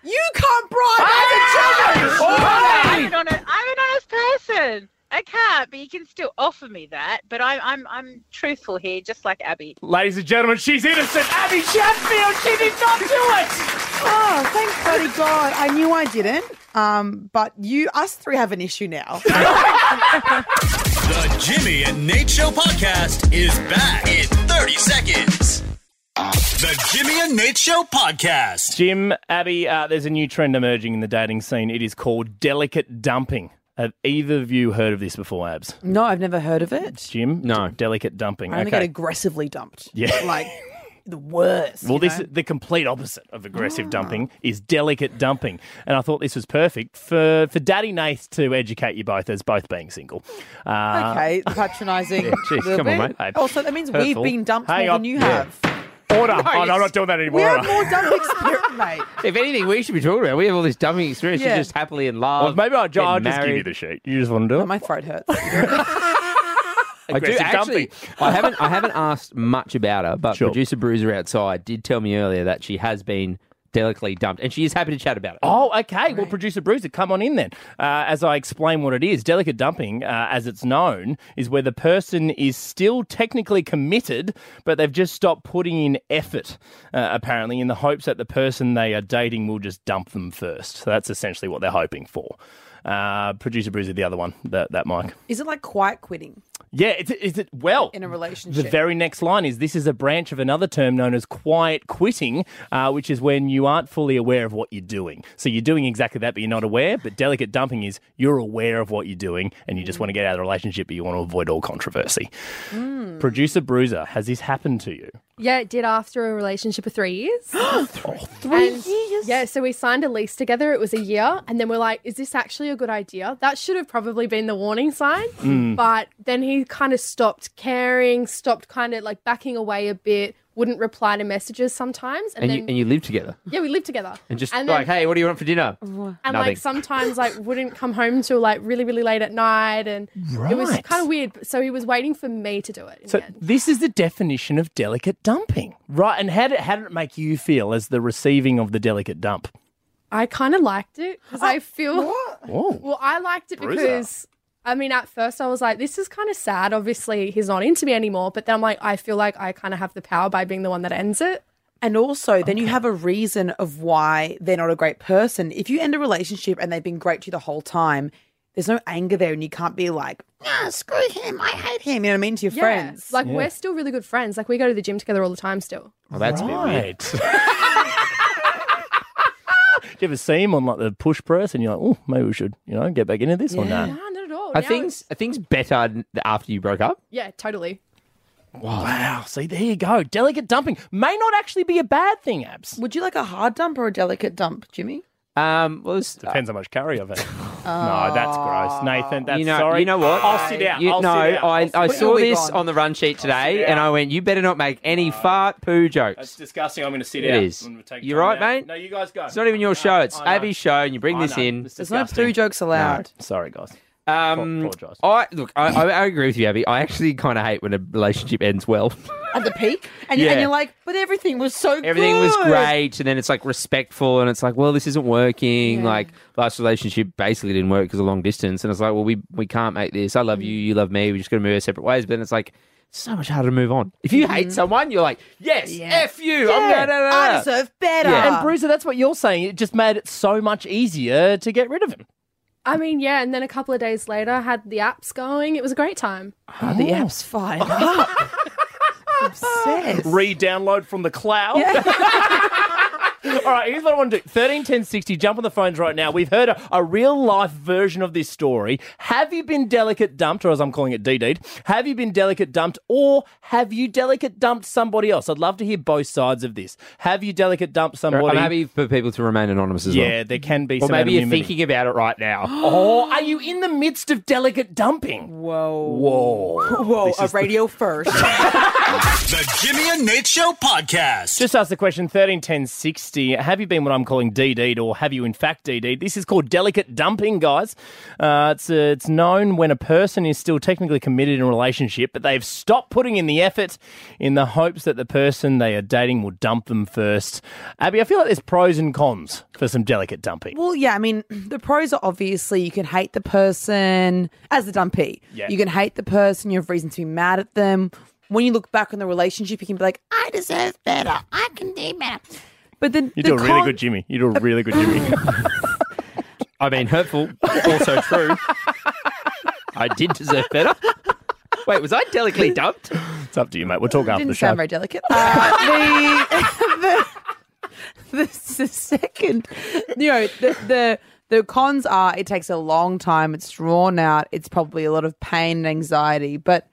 [SPEAKER 10] You can't bribe other judges.
[SPEAKER 1] Ah! I'm, an honest, I'm an honest person. I can't, but you can still offer me that. But I'm I'm I'm truthful here, just like Abby.
[SPEAKER 2] Ladies and gentlemen, she's innocent. Abby Chatfield, she did not do it.
[SPEAKER 10] Oh, thank bloody God. I knew I didn't. Um, but you, us three have an issue now.
[SPEAKER 9] The Jimmy and Nate Show podcast is back in 30 seconds. The Jimmy and Nate Show podcast.
[SPEAKER 2] Jim, Abby, uh, there's a new trend emerging in the dating scene. It is called delicate dumping. Have either of you heard of this before, Abs?
[SPEAKER 10] no, I've never heard of it.
[SPEAKER 2] Jim? No. delicate dumping.
[SPEAKER 10] I only get
[SPEAKER 2] okay.
[SPEAKER 10] aggressively dumped.
[SPEAKER 2] Yeah.
[SPEAKER 10] Like the worst.
[SPEAKER 2] Well,
[SPEAKER 10] you
[SPEAKER 2] this
[SPEAKER 10] know?
[SPEAKER 2] the complete opposite of aggressive
[SPEAKER 3] Ah.
[SPEAKER 2] dumping is delicate dumping, and I thought this was perfect for for Daddy Nath to educate you both as both being single. Uh,
[SPEAKER 10] Okay, patronising.
[SPEAKER 2] Yeah, jeez,
[SPEAKER 10] little
[SPEAKER 2] come on,
[SPEAKER 10] bit.
[SPEAKER 2] mate.
[SPEAKER 10] Also, that means
[SPEAKER 2] Hurtful.
[SPEAKER 10] we've been dumped
[SPEAKER 2] Hang
[SPEAKER 10] more
[SPEAKER 2] on.
[SPEAKER 10] than you
[SPEAKER 2] Yeah.
[SPEAKER 10] have.
[SPEAKER 2] Order! oh,
[SPEAKER 10] No,
[SPEAKER 2] no, I'm
[SPEAKER 10] it's-
[SPEAKER 2] not doing that anymore.
[SPEAKER 10] We
[SPEAKER 2] am
[SPEAKER 10] have
[SPEAKER 2] I?
[SPEAKER 10] more dump experience, mate.
[SPEAKER 3] If anything, we should be talking about. We have all this dumping experience.
[SPEAKER 10] Yeah.
[SPEAKER 3] You're just happily in love.
[SPEAKER 2] Well, maybe I'll, ju-
[SPEAKER 3] getting
[SPEAKER 2] I'll just give
[SPEAKER 3] married.
[SPEAKER 2] you the sheet. You just want to do it.
[SPEAKER 10] My throat hurts.
[SPEAKER 3] I do
[SPEAKER 2] Aggressive
[SPEAKER 3] actually.
[SPEAKER 2] dumping.
[SPEAKER 3] I haven't. I haven't asked much about her, but
[SPEAKER 2] Sure.
[SPEAKER 3] producer Bruiser outside did tell me earlier that she has been delicately dumped, and she is happy to chat about it.
[SPEAKER 2] Oh, okay. Well, producer Bruiser, come on in then. Uh, as I explain what it is, delicate dumping, uh, as it's known, is where the person is still technically committed, but they've just stopped putting in effort, uh, apparently, in the hopes that the person they are dating will just dump them first. So that's essentially what they're hoping for. Uh, producer Bruiser, the other one, that, that mic.
[SPEAKER 10] Is it like quiet quitting
[SPEAKER 2] Yeah, is it, is it well
[SPEAKER 10] in a
[SPEAKER 2] the
[SPEAKER 10] relationship?
[SPEAKER 2] very next line is this is a branch of another term known as quiet quitting, uh, which is when you aren't fully aware of what you're doing. So you're doing exactly that, but you're not aware. But delicate dumping is you're aware of what you're doing and you just want to get
[SPEAKER 3] Mm.
[SPEAKER 2] out of the relationship, but you want to avoid all controversy. Producer Bruiser, has this happened to you?
[SPEAKER 4] Yeah, it did after a relationship of three years.
[SPEAKER 3] Oh,
[SPEAKER 10] three
[SPEAKER 4] years? Yeah, so we signed a lease together. It was a year. And then we're like, is this actually a good idea? That should have probably been the warning sign.
[SPEAKER 14] Mm.
[SPEAKER 4] But then he kind of stopped caring, stopped kind of like backing away a bit, wouldn't reply to messages sometimes.
[SPEAKER 3] And, you, and you live together.
[SPEAKER 4] yeah, we lived together.
[SPEAKER 3] And just
[SPEAKER 4] then-
[SPEAKER 3] like, hey, what do you want for dinner?
[SPEAKER 4] and
[SPEAKER 3] Nothing.
[SPEAKER 4] like sometimes like wouldn't come home till like really really late at night and it was
[SPEAKER 2] Right.
[SPEAKER 4] kind of weird so he was waiting for me to do it
[SPEAKER 2] So this is the definition of delicate dumping, right? And how did how did it make you feel as the receiving of the delicate dump?
[SPEAKER 4] i kind of liked it because i feel
[SPEAKER 2] Whoa.
[SPEAKER 4] well i liked it
[SPEAKER 2] Bruiser.
[SPEAKER 4] because i mean at first i was like this is kind of sad obviously he's not into me anymore but then i'm like i feel like i kind of have the power by being the one that ends it
[SPEAKER 10] And also, then you have a reason of why they're not a great person. If you end a relationship and they've been great to you the whole time, there's no anger there, and you can't be like, ah, screw him, I hate him. You know what I mean? To your
[SPEAKER 4] Yeah.
[SPEAKER 10] friends.
[SPEAKER 4] like we're still really good friends like we go to the gym together all the time still
[SPEAKER 2] Oh, that's right. Do you ever see him on like the push press, and you're like, oh, maybe we should, you know, get back into this or
[SPEAKER 4] Yeah.
[SPEAKER 2] not?
[SPEAKER 4] no not at all
[SPEAKER 3] Are
[SPEAKER 4] Now
[SPEAKER 3] things are things better after you broke up?
[SPEAKER 4] it's- yeah totally
[SPEAKER 2] Wow. See, there you go. Delicate dumping may not actually be a bad thing, Abs.
[SPEAKER 10] Would you like a hard dump or a delicate dump, Jimmy?
[SPEAKER 3] Um, well,
[SPEAKER 2] depends how much curry I've had. no, that's
[SPEAKER 4] Oh.
[SPEAKER 2] gross, Nathan. That's
[SPEAKER 3] you know,
[SPEAKER 2] sorry.
[SPEAKER 3] You know what?
[SPEAKER 2] I'll sit down.
[SPEAKER 3] You-
[SPEAKER 2] I'll
[SPEAKER 3] no,
[SPEAKER 2] sit down.
[SPEAKER 3] I,
[SPEAKER 2] I'll sit
[SPEAKER 3] I
[SPEAKER 2] down.
[SPEAKER 3] saw this on. the run sheet today, and I went, "You better not make any
[SPEAKER 2] Uh,
[SPEAKER 3] fart poo jokes."
[SPEAKER 2] That's disgusting. I'm going to sit
[SPEAKER 3] It
[SPEAKER 2] out.
[SPEAKER 3] is.
[SPEAKER 2] I'm gonna take
[SPEAKER 3] You
[SPEAKER 2] time
[SPEAKER 3] right,
[SPEAKER 2] out.
[SPEAKER 3] mate?
[SPEAKER 2] No, you guys go.
[SPEAKER 3] It's not even your show. It's
[SPEAKER 2] I know.
[SPEAKER 3] Abby's show, and you bring
[SPEAKER 2] I
[SPEAKER 3] this
[SPEAKER 2] know.
[SPEAKER 3] in.
[SPEAKER 2] It's There's no disgusting. poo
[SPEAKER 10] jokes allowed.
[SPEAKER 2] Sorry, guys.
[SPEAKER 3] Um, I look. I, I, I agree with you, Abby. I actually kind of hate when a relationship ends well.
[SPEAKER 10] At the peak, and, you, and
[SPEAKER 3] Yeah.
[SPEAKER 10] you're like, but everything was so
[SPEAKER 3] Everything
[SPEAKER 10] good.
[SPEAKER 3] was great, and then it's like respectful, and it's like, well, this isn't working.
[SPEAKER 10] Yeah.
[SPEAKER 3] Like last relationship basically didn't work because of long distance, and it's like, well, we we can't make this. I
[SPEAKER 10] Mm.
[SPEAKER 3] love you, you love me. We're just gonna move our separate ways. But then it's like so much harder to move on. If you
[SPEAKER 4] Mm-hmm.
[SPEAKER 3] hate someone, you're like, yes, f you. I'm
[SPEAKER 2] Yeah.
[SPEAKER 3] going da, da, da.
[SPEAKER 2] uh, Yeah. And Bruiser, that's what you're saying. It just made it so much easier to get rid of him.
[SPEAKER 4] I mean, yeah, and then a couple of days later, I had the apps going. It was a great time.
[SPEAKER 10] Oh, the app's fine.
[SPEAKER 2] Re-download from the cloud. All right, here's what I want to do. 13 10 60, jump on the phones right now. We've heard a, a real life version of this story. Have you been delicate dumped, or as I'm calling it, DD'd? Have you been delicate dumped, or have you delicate dumped somebody else? I'd love to hear both sides of this. Have you delicate dumped somebody?
[SPEAKER 3] I'm happy for people to remain anonymous as well.
[SPEAKER 2] Yeah, there can be
[SPEAKER 3] Or
[SPEAKER 2] some
[SPEAKER 3] maybe you're
[SPEAKER 2] anonymity.
[SPEAKER 3] thinking about it right now.
[SPEAKER 2] Oh, are you in the midst of delicate dumping?
[SPEAKER 10] Whoa.
[SPEAKER 2] Whoa.
[SPEAKER 10] Whoa,
[SPEAKER 2] This
[SPEAKER 10] a
[SPEAKER 2] is the-
[SPEAKER 10] radio first.
[SPEAKER 9] The Jimmy and Nate Show podcast.
[SPEAKER 2] Just ask the question 13 10 60. Have you been what I'm calling DD'd or have you in fact DD'd? This is called delicate dumping, guys. Uh, it's, uh, it's known when a person is still technically committed in a relationship, but they've stopped putting in the effort in the hopes that the person they are dating will dump them first. Abby, I feel like there's pros and cons for some delicate dumping.
[SPEAKER 10] Well, yeah, I mean, the pros are obviously you can hate the person as the dumpy.
[SPEAKER 2] Yeah.
[SPEAKER 10] You can hate the person, you have reason to be mad at them. When you look back on the relationship, you can be like, I deserve better. I can do better. But then
[SPEAKER 2] You
[SPEAKER 10] the
[SPEAKER 2] do a really
[SPEAKER 10] con-
[SPEAKER 2] good Jimmy. You do a really good Jimmy.
[SPEAKER 3] I mean, hurtful, also true. I did deserve better. Wait, was I delicately dumped?
[SPEAKER 2] It's up to you, mate. We'll talk after the
[SPEAKER 10] didn't
[SPEAKER 2] show.
[SPEAKER 10] sound very delicate. Uh, the, the, the, the second, you know, the, the the cons are it takes a long time. It's drawn out. It's probably a lot of pain and anxiety. But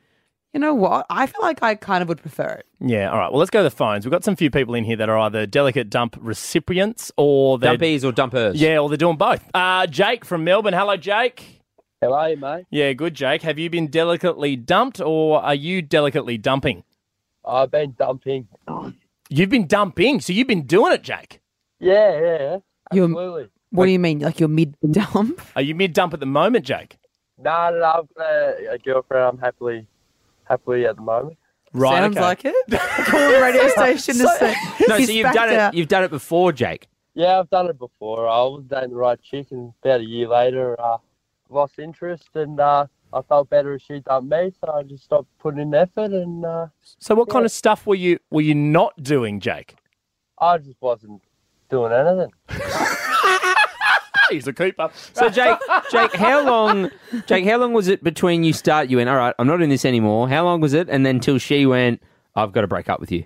[SPEAKER 10] you know what? I feel like I kind of would prefer it.
[SPEAKER 2] Yeah, all right. Well, let's go to the phones. We've got some few people in here that are either delicate dump recipients or they're.
[SPEAKER 3] Dumpies or dumpers.
[SPEAKER 2] Yeah, or they're doing both. Uh, Jake from Melbourne. Hello, Jake.
[SPEAKER 15] Hello, mate.
[SPEAKER 2] Yeah, good, Jake. Have you been delicately dumped or are you delicately dumping?
[SPEAKER 15] I've been dumping.
[SPEAKER 2] You've been dumping, so you've been doing it, Jake.
[SPEAKER 15] Yeah, yeah, yeah.
[SPEAKER 10] You're-
[SPEAKER 15] Absolutely.
[SPEAKER 10] What do you mean? Like you're mid dump?
[SPEAKER 2] Are you mid dump at the moment, Jake?
[SPEAKER 15] No, no, no, I've got a, a girlfriend. I'm happily, happily at the moment.
[SPEAKER 2] Right,
[SPEAKER 10] Sounds
[SPEAKER 2] okay.
[SPEAKER 10] like it. Call the radio station. to say-
[SPEAKER 3] No, so
[SPEAKER 10] he's
[SPEAKER 3] you've done
[SPEAKER 10] backed
[SPEAKER 3] it.
[SPEAKER 10] out.
[SPEAKER 3] You've done it before, Jake.
[SPEAKER 15] Yeah, I've done it before. I was dating the right chick, and about a year later, uh, lost interest, and uh, I felt better if she dumped me, so I just stopped putting in effort, and uh,
[SPEAKER 2] So what kind of stuff were you were you not doing, Jake?
[SPEAKER 15] I just wasn't doing anything.
[SPEAKER 2] He's a keeper.
[SPEAKER 3] So Jake, Jake, how long, Jake, how long was it between you start? You went, all right, I'm not in this anymore. How long was it? And then till she went, I've got to break up with you.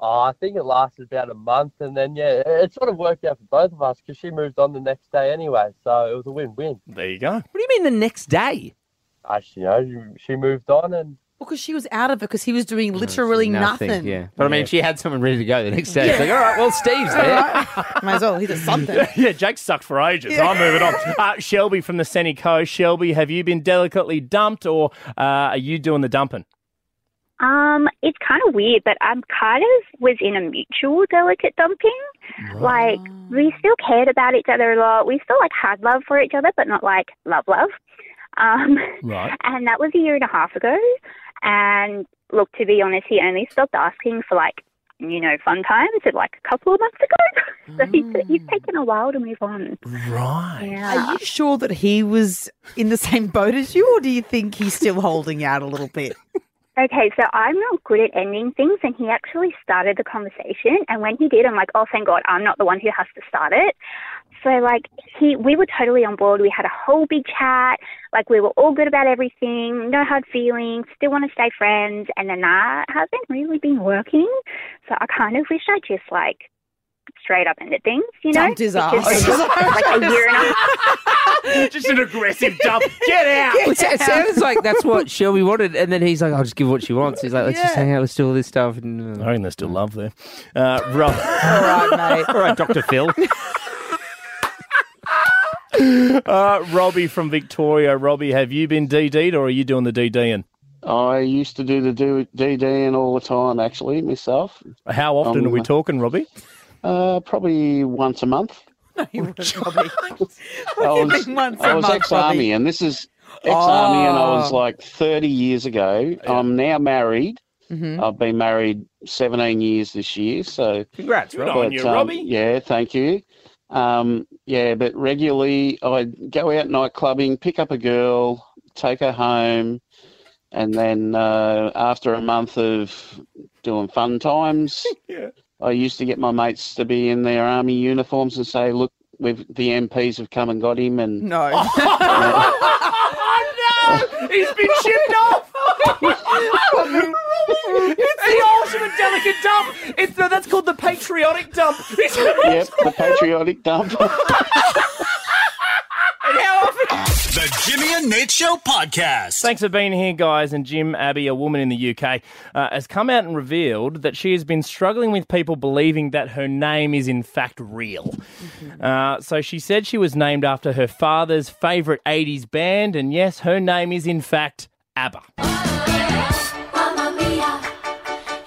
[SPEAKER 15] Uh, I think it lasted about a month, and then yeah, it, it sort of worked out for both of us because she moved on the next day anyway, so it was a win-win.
[SPEAKER 2] There you go.
[SPEAKER 3] What do you mean the next day?
[SPEAKER 15] Uh, she, you know, she moved on, and
[SPEAKER 10] Because she was out of it because he was doing literally nothing.
[SPEAKER 3] Yeah. But I mean, if she had someone ready to go the next day, it's
[SPEAKER 10] Yeah.
[SPEAKER 3] like, all right, well, Steve's there.
[SPEAKER 10] Might as well. He did something.
[SPEAKER 2] yeah, Jake sucked for ages. I'm moving on. Uh, Shelby from the Seneco. Shelby, have you been delicately dumped or uh, are you doing the dumping?
[SPEAKER 14] Um, it's kind of weird, but um, kind of was in a mutual delicate dumping. Like we still cared about each other a lot. We still like had love for each other, but not like love love. Um,
[SPEAKER 16] Right.
[SPEAKER 14] and that was a year and a half ago. And look, to be honest, he only stopped asking for like you know fun times at like a couple of months ago. so he's, he's taken a while to move on.
[SPEAKER 2] Right.
[SPEAKER 10] Are you sure that he was in the same boat as you, or do you think he's still holding out a little bit?
[SPEAKER 14] Okay, so I'm not good at ending things, and he actually started the conversation. And when he did, I'm like, oh, thank God, I'm not the one who has to start it. So like he, we were totally on board. We had a whole big chat. Like we were all good about everything. No hard feelings. Still want to stay friends. And then that hasn't really been working. So I kind of wish I just like straight up ended things. You know,
[SPEAKER 10] Dumped his
[SPEAKER 14] Because
[SPEAKER 10] ass.
[SPEAKER 14] it was, like a year and a
[SPEAKER 2] Oh. Just an aggressive dump. Get out.
[SPEAKER 3] Well, it sounds like that's what Shelby wanted, and then he's like, "I'll just give what she wants." He's like, "Let's just hang out, let's do all this stuff." And,
[SPEAKER 2] I think there's still love there. Uh, Rob,
[SPEAKER 10] all right,
[SPEAKER 3] mate. All right, Doctor Phil.
[SPEAKER 2] uh, Robbie from Victoria. Robbie, have you been DD'd or are you doing the DDing?
[SPEAKER 17] I used to do the do- DDing all the time, actually, myself.
[SPEAKER 2] How often
[SPEAKER 17] Um,
[SPEAKER 2] are we talking, Robbie?
[SPEAKER 17] Uh, probably once a month. I
[SPEAKER 10] do you
[SPEAKER 17] was,
[SPEAKER 10] mean once
[SPEAKER 17] I
[SPEAKER 10] a
[SPEAKER 17] was
[SPEAKER 10] month,
[SPEAKER 17] ex-army,
[SPEAKER 10] Bobby?
[SPEAKER 17] and this is ex-army, and I was
[SPEAKER 10] Oh.
[SPEAKER 17] like 30 years ago. I'm now married.
[SPEAKER 3] Mm-hmm.
[SPEAKER 17] I've been married 17 years this year, so
[SPEAKER 3] Congrats,
[SPEAKER 17] But,
[SPEAKER 3] Rob. Good on you,
[SPEAKER 17] um,
[SPEAKER 3] Robbie.
[SPEAKER 17] yeah, thank you. Um, yeah, but regularly I'd go out night clubbing, pick up a girl, take her home, and then uh, after a month of doing fun times, I used to get my mates to be in their army uniforms and say, "Look, we've the MPs have come and got him," and
[SPEAKER 10] no.
[SPEAKER 2] He's been shipped off. it's the ultimate delicate dump. It's the, that's called the patriotic dump.
[SPEAKER 17] yep, the patriotic dump.
[SPEAKER 2] The Jimmy and Nate Show podcast. Thanks for being here, guys. And Jim Abbey, a woman in the UK, uh, has come out and revealed that she has been struggling with people believing that her name is in fact real.
[SPEAKER 3] Mm-hmm.
[SPEAKER 2] Uh, so she said she was named after her father's favourite 80s band, and yes, her name is in fact ABBA.
[SPEAKER 16] Mamma mia,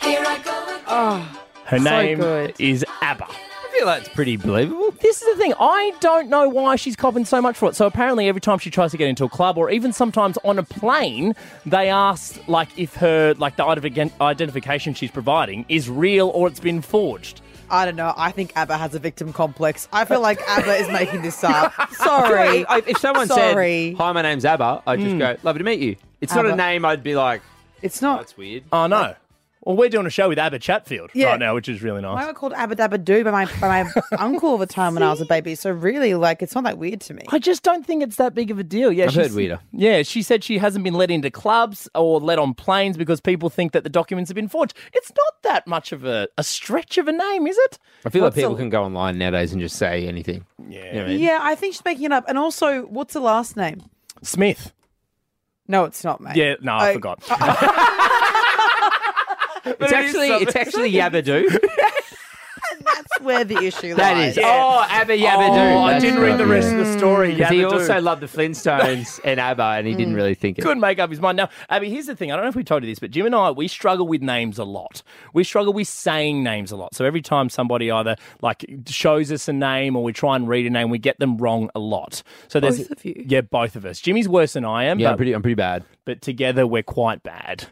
[SPEAKER 16] here I go.
[SPEAKER 10] Oh,
[SPEAKER 2] Her
[SPEAKER 3] So
[SPEAKER 2] name
[SPEAKER 3] good.
[SPEAKER 2] is ABBA.
[SPEAKER 3] I feel like it's pretty believable.
[SPEAKER 2] This is the thing. I don't know why she's copping so much for it. So apparently, every time she tries to get into a club, or even sometimes on a plane, they ask like if her like the ident- identification she's providing is real or it's been forged.
[SPEAKER 10] I don't know. I think ABBA has a victim complex. I feel like ABBA is making this up. Sorry.
[SPEAKER 3] I- if someone
[SPEAKER 10] Sorry.
[SPEAKER 3] said, "Hi, my name's Abba," I'd just go, "Lovely to meet you." It's not a
[SPEAKER 2] Abba.
[SPEAKER 3] name. I'd be like,
[SPEAKER 10] "It's not."
[SPEAKER 3] that's weird.
[SPEAKER 2] Oh no. Well, we're doing a show with Abba Chatfield
[SPEAKER 10] Yeah.
[SPEAKER 2] right now, which is really
[SPEAKER 10] I
[SPEAKER 2] nice.
[SPEAKER 10] got called Abba Dabba Doo by my, by my uncle all the time when I was a baby. So really, like, it's not that weird to me.
[SPEAKER 2] I just don't think it's that big of a deal. Yeah,
[SPEAKER 3] I've
[SPEAKER 2] she's-
[SPEAKER 3] heard weirder.
[SPEAKER 2] Yeah, she said she hasn't been let into clubs or let on planes because people think that the documents have been forged. It's not that much of a, a stretch of a name, is it?
[SPEAKER 3] I feel
[SPEAKER 2] What's
[SPEAKER 3] like people
[SPEAKER 2] a-
[SPEAKER 3] can go online nowadays and just say anything.
[SPEAKER 2] Yeah,
[SPEAKER 10] Yeah, I think she's making it up. And also, what's the last name?
[SPEAKER 2] Smith.
[SPEAKER 10] No, it's not, mate.
[SPEAKER 2] Yeah, no, I
[SPEAKER 10] Oh,
[SPEAKER 2] forgot.
[SPEAKER 3] It's actually it's actually Yabadoo.
[SPEAKER 10] That's where the issue lies.
[SPEAKER 3] That is. Oh, Abba Yabadoo.
[SPEAKER 2] Oh, I
[SPEAKER 3] That's
[SPEAKER 2] didn't read the
[SPEAKER 3] right,
[SPEAKER 2] rest
[SPEAKER 3] yeah.
[SPEAKER 2] of the story.
[SPEAKER 3] Because he
[SPEAKER 2] Yabba Doo.
[SPEAKER 3] also loved the Flintstones and ABBA, and he didn't really think it.
[SPEAKER 2] couldn't make up his mind. Now, Abby, here's the thing. I don't know if we told you this, but Jim and I, we struggle with names a lot. We struggle with saying names a lot. So every time somebody either like shows us a name or we try and read a name, we get them wrong a lot. So there's
[SPEAKER 3] Both of you?
[SPEAKER 2] Yeah, both of us. Jimmy's worse than I am.
[SPEAKER 3] Yeah, I'm
[SPEAKER 2] but-
[SPEAKER 3] pretty- I'm pretty bad.
[SPEAKER 2] But together we're quite bad.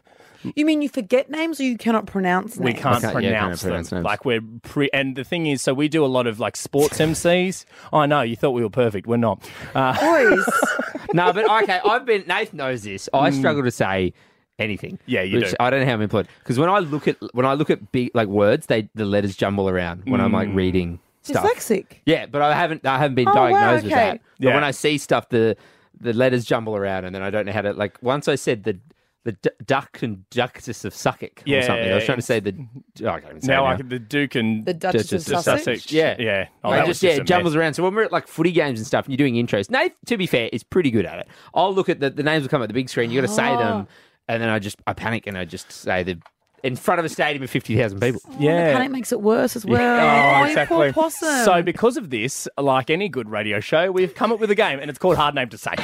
[SPEAKER 10] You mean you forget names or you cannot pronounce names?
[SPEAKER 2] We can't,
[SPEAKER 3] can't- yeah, can't
[SPEAKER 2] pronounce
[SPEAKER 3] pronounce
[SPEAKER 2] them.
[SPEAKER 3] names.
[SPEAKER 2] Like we're pre. And the thing is, so we do a lot of like sports MCs. I know you thought we were perfect. We're not. Uh,
[SPEAKER 10] Boys.
[SPEAKER 3] no, but okay, I've been. Nathan knows this. I
[SPEAKER 2] Mm.
[SPEAKER 3] struggle to say anything.
[SPEAKER 2] Yeah, you
[SPEAKER 3] which
[SPEAKER 2] do.
[SPEAKER 3] I don't know how I'm employed because when I look at when I look at big like words, they the letters jumble around when I'm like
[SPEAKER 6] Mm.
[SPEAKER 3] reading stuff.
[SPEAKER 10] Dyslexic.
[SPEAKER 3] Yeah, but I haven't I haven't been
[SPEAKER 10] Oh, wow,
[SPEAKER 3] diagnosed with
[SPEAKER 10] okay.
[SPEAKER 3] that. But
[SPEAKER 2] Yeah.
[SPEAKER 3] when I see stuff, the the letters jumble around, and then I don't know how to like. Once I said the. The d- duck and duchess of Suffolk, or
[SPEAKER 2] Yeah,
[SPEAKER 3] something. I was
[SPEAKER 2] yeah,
[SPEAKER 3] trying to say the. oh, I can't even say
[SPEAKER 2] now
[SPEAKER 3] it
[SPEAKER 2] I can, the Duke and
[SPEAKER 10] The Duchess of Sussex?
[SPEAKER 2] Yeah, yeah. Oh,
[SPEAKER 3] I
[SPEAKER 2] that was
[SPEAKER 3] just, yeah,
[SPEAKER 2] a
[SPEAKER 3] it jumbles
[SPEAKER 2] mess.
[SPEAKER 3] around. So when we're at like footy games and stuff, and you're doing intros, Nate, to be fair, is pretty good at it. I'll look at the, the names will come at the big screen. You got to say
[SPEAKER 10] Oh.
[SPEAKER 3] them, and then I just I panic and I just say the in front of a stadium of fifty thousand people.
[SPEAKER 10] The panic makes it worse as well.
[SPEAKER 2] Yeah.
[SPEAKER 10] Oh, you poor possum.
[SPEAKER 2] So, because of this, like any good radio show, we've come up with a game, and it's called Hard Name to Say.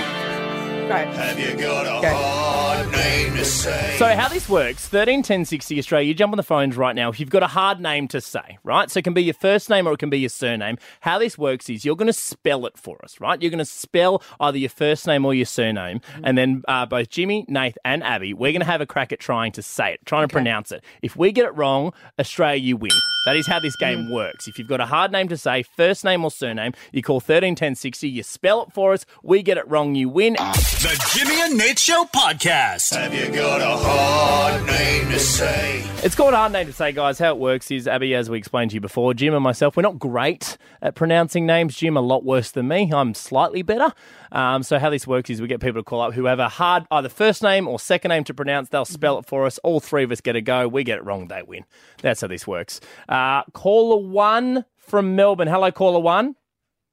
[SPEAKER 9] Have you got a hard name to say?
[SPEAKER 2] So, how this works 13 10 60 Australia, you jump on the phones right now. If you've got a hard name to say, right? So, it can be your first name or it can be your surname. How this works is you're going to spell it for us, right? You're going to spell either your first name or your surname. And then uh, both Jimmy, Nath, and Abby, we're going to have a crack at trying to say it, trying to pronounce it. If we get it wrong, Australia, you win. That is how this game works. If you've got a hard name to say, first name or surname, you call 13 10 60, you spell it for us, we get it wrong, you win.
[SPEAKER 9] The Jimmy and Nate Show podcast. Have you got a hard name to say?
[SPEAKER 2] It's called Hard Name to Say, guys. How it works is, Abby, as we explained to you before, Jim and myself, we're not great at pronouncing names. Jim, a lot worse than me. I'm slightly better. Um, so, how this works is we get people to call up who have a hard, either first name or second name to pronounce. They'll spell it for us. All three of us get a go. We get it wrong, they win. That's how this works. Uh, caller one from Melbourne. Hello, caller one.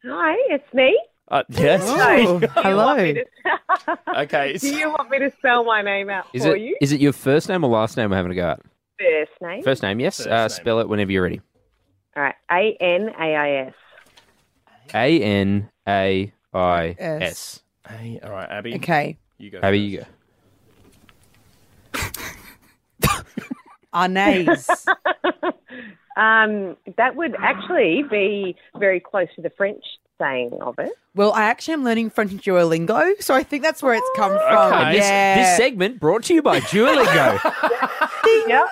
[SPEAKER 18] Oh. Hi, it's me.
[SPEAKER 2] Uh, yes.
[SPEAKER 18] Hello.
[SPEAKER 10] Hello.
[SPEAKER 2] okay.
[SPEAKER 18] Do you want me to spell my name out
[SPEAKER 3] Is
[SPEAKER 18] for
[SPEAKER 3] it
[SPEAKER 18] you?
[SPEAKER 3] is it your first name or last name we're having a go at?
[SPEAKER 18] First name.
[SPEAKER 3] First name, yes. uh, Spell it whenever you're ready.
[SPEAKER 18] All right. A N A I S.
[SPEAKER 3] A N A I
[SPEAKER 18] S.
[SPEAKER 3] S.
[SPEAKER 2] Hey, all right, Abby.
[SPEAKER 10] Okay.
[SPEAKER 2] You go.
[SPEAKER 3] Abby, you go.
[SPEAKER 10] Arnaise.
[SPEAKER 18] um, that would actually be very close to the French saying of it.
[SPEAKER 10] Well, I actually am learning French in Duolingo, so I think that's where it's come
[SPEAKER 2] Oh,
[SPEAKER 10] from.
[SPEAKER 3] Okay, this-
[SPEAKER 10] Oh, Yeah.
[SPEAKER 3] this, segment brought to you by Duolingo.
[SPEAKER 18] yep.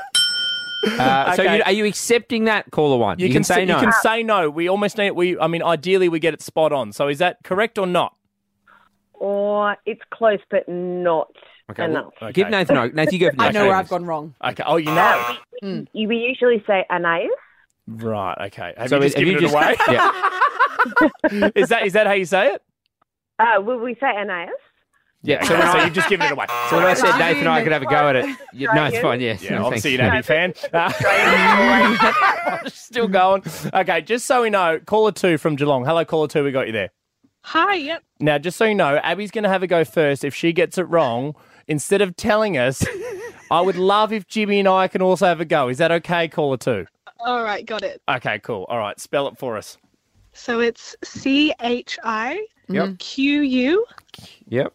[SPEAKER 3] Uh, So,
[SPEAKER 2] Okay.
[SPEAKER 3] you, are you accepting that caller one?
[SPEAKER 2] You, can, say,
[SPEAKER 3] no.
[SPEAKER 2] You can say no. We almost need. We. I mean, ideally, we get it spot on. So, is that correct or not?
[SPEAKER 18] Or it's close but not enough.
[SPEAKER 3] well, Give Nathan no. Nathan, you go for
[SPEAKER 18] I
[SPEAKER 3] Nathan.
[SPEAKER 18] know where I've
[SPEAKER 10] gone wrong. Hmm.
[SPEAKER 2] Okay. Oh, you know.
[SPEAKER 18] You, we usually say Anais.
[SPEAKER 2] Right. Okay. Have
[SPEAKER 3] So
[SPEAKER 2] you
[SPEAKER 3] is-
[SPEAKER 2] just
[SPEAKER 3] have
[SPEAKER 2] given
[SPEAKER 3] you
[SPEAKER 2] it
[SPEAKER 3] just-
[SPEAKER 2] away?
[SPEAKER 3] Yeah.
[SPEAKER 2] is that is that how you say it?
[SPEAKER 18] Uh, will we say Anais?
[SPEAKER 3] Yeah.
[SPEAKER 2] So, so you've just given it away.
[SPEAKER 3] So when I said Nathan and I could have a go at it, you- no, it's fine. Yes.
[SPEAKER 2] Yeah,
[SPEAKER 3] no,
[SPEAKER 2] obviously you're
[SPEAKER 3] thanks.
[SPEAKER 2] an Abby fan. Uh, Still going. Okay, just so we know, caller two from Geelong. Hello, caller two. We got you there.
[SPEAKER 1] Hi, yep.
[SPEAKER 2] Now, just so you know, Abby's going to have a go first. If she gets it wrong, instead of telling us, I would love if Jimmy and I can also have a go. Is that okay, caller two?
[SPEAKER 19] All right, got it.
[SPEAKER 2] Okay, cool. All right, spell it for us.
[SPEAKER 19] So it's C H I
[SPEAKER 3] Yep.
[SPEAKER 19] Q U
[SPEAKER 3] Yep.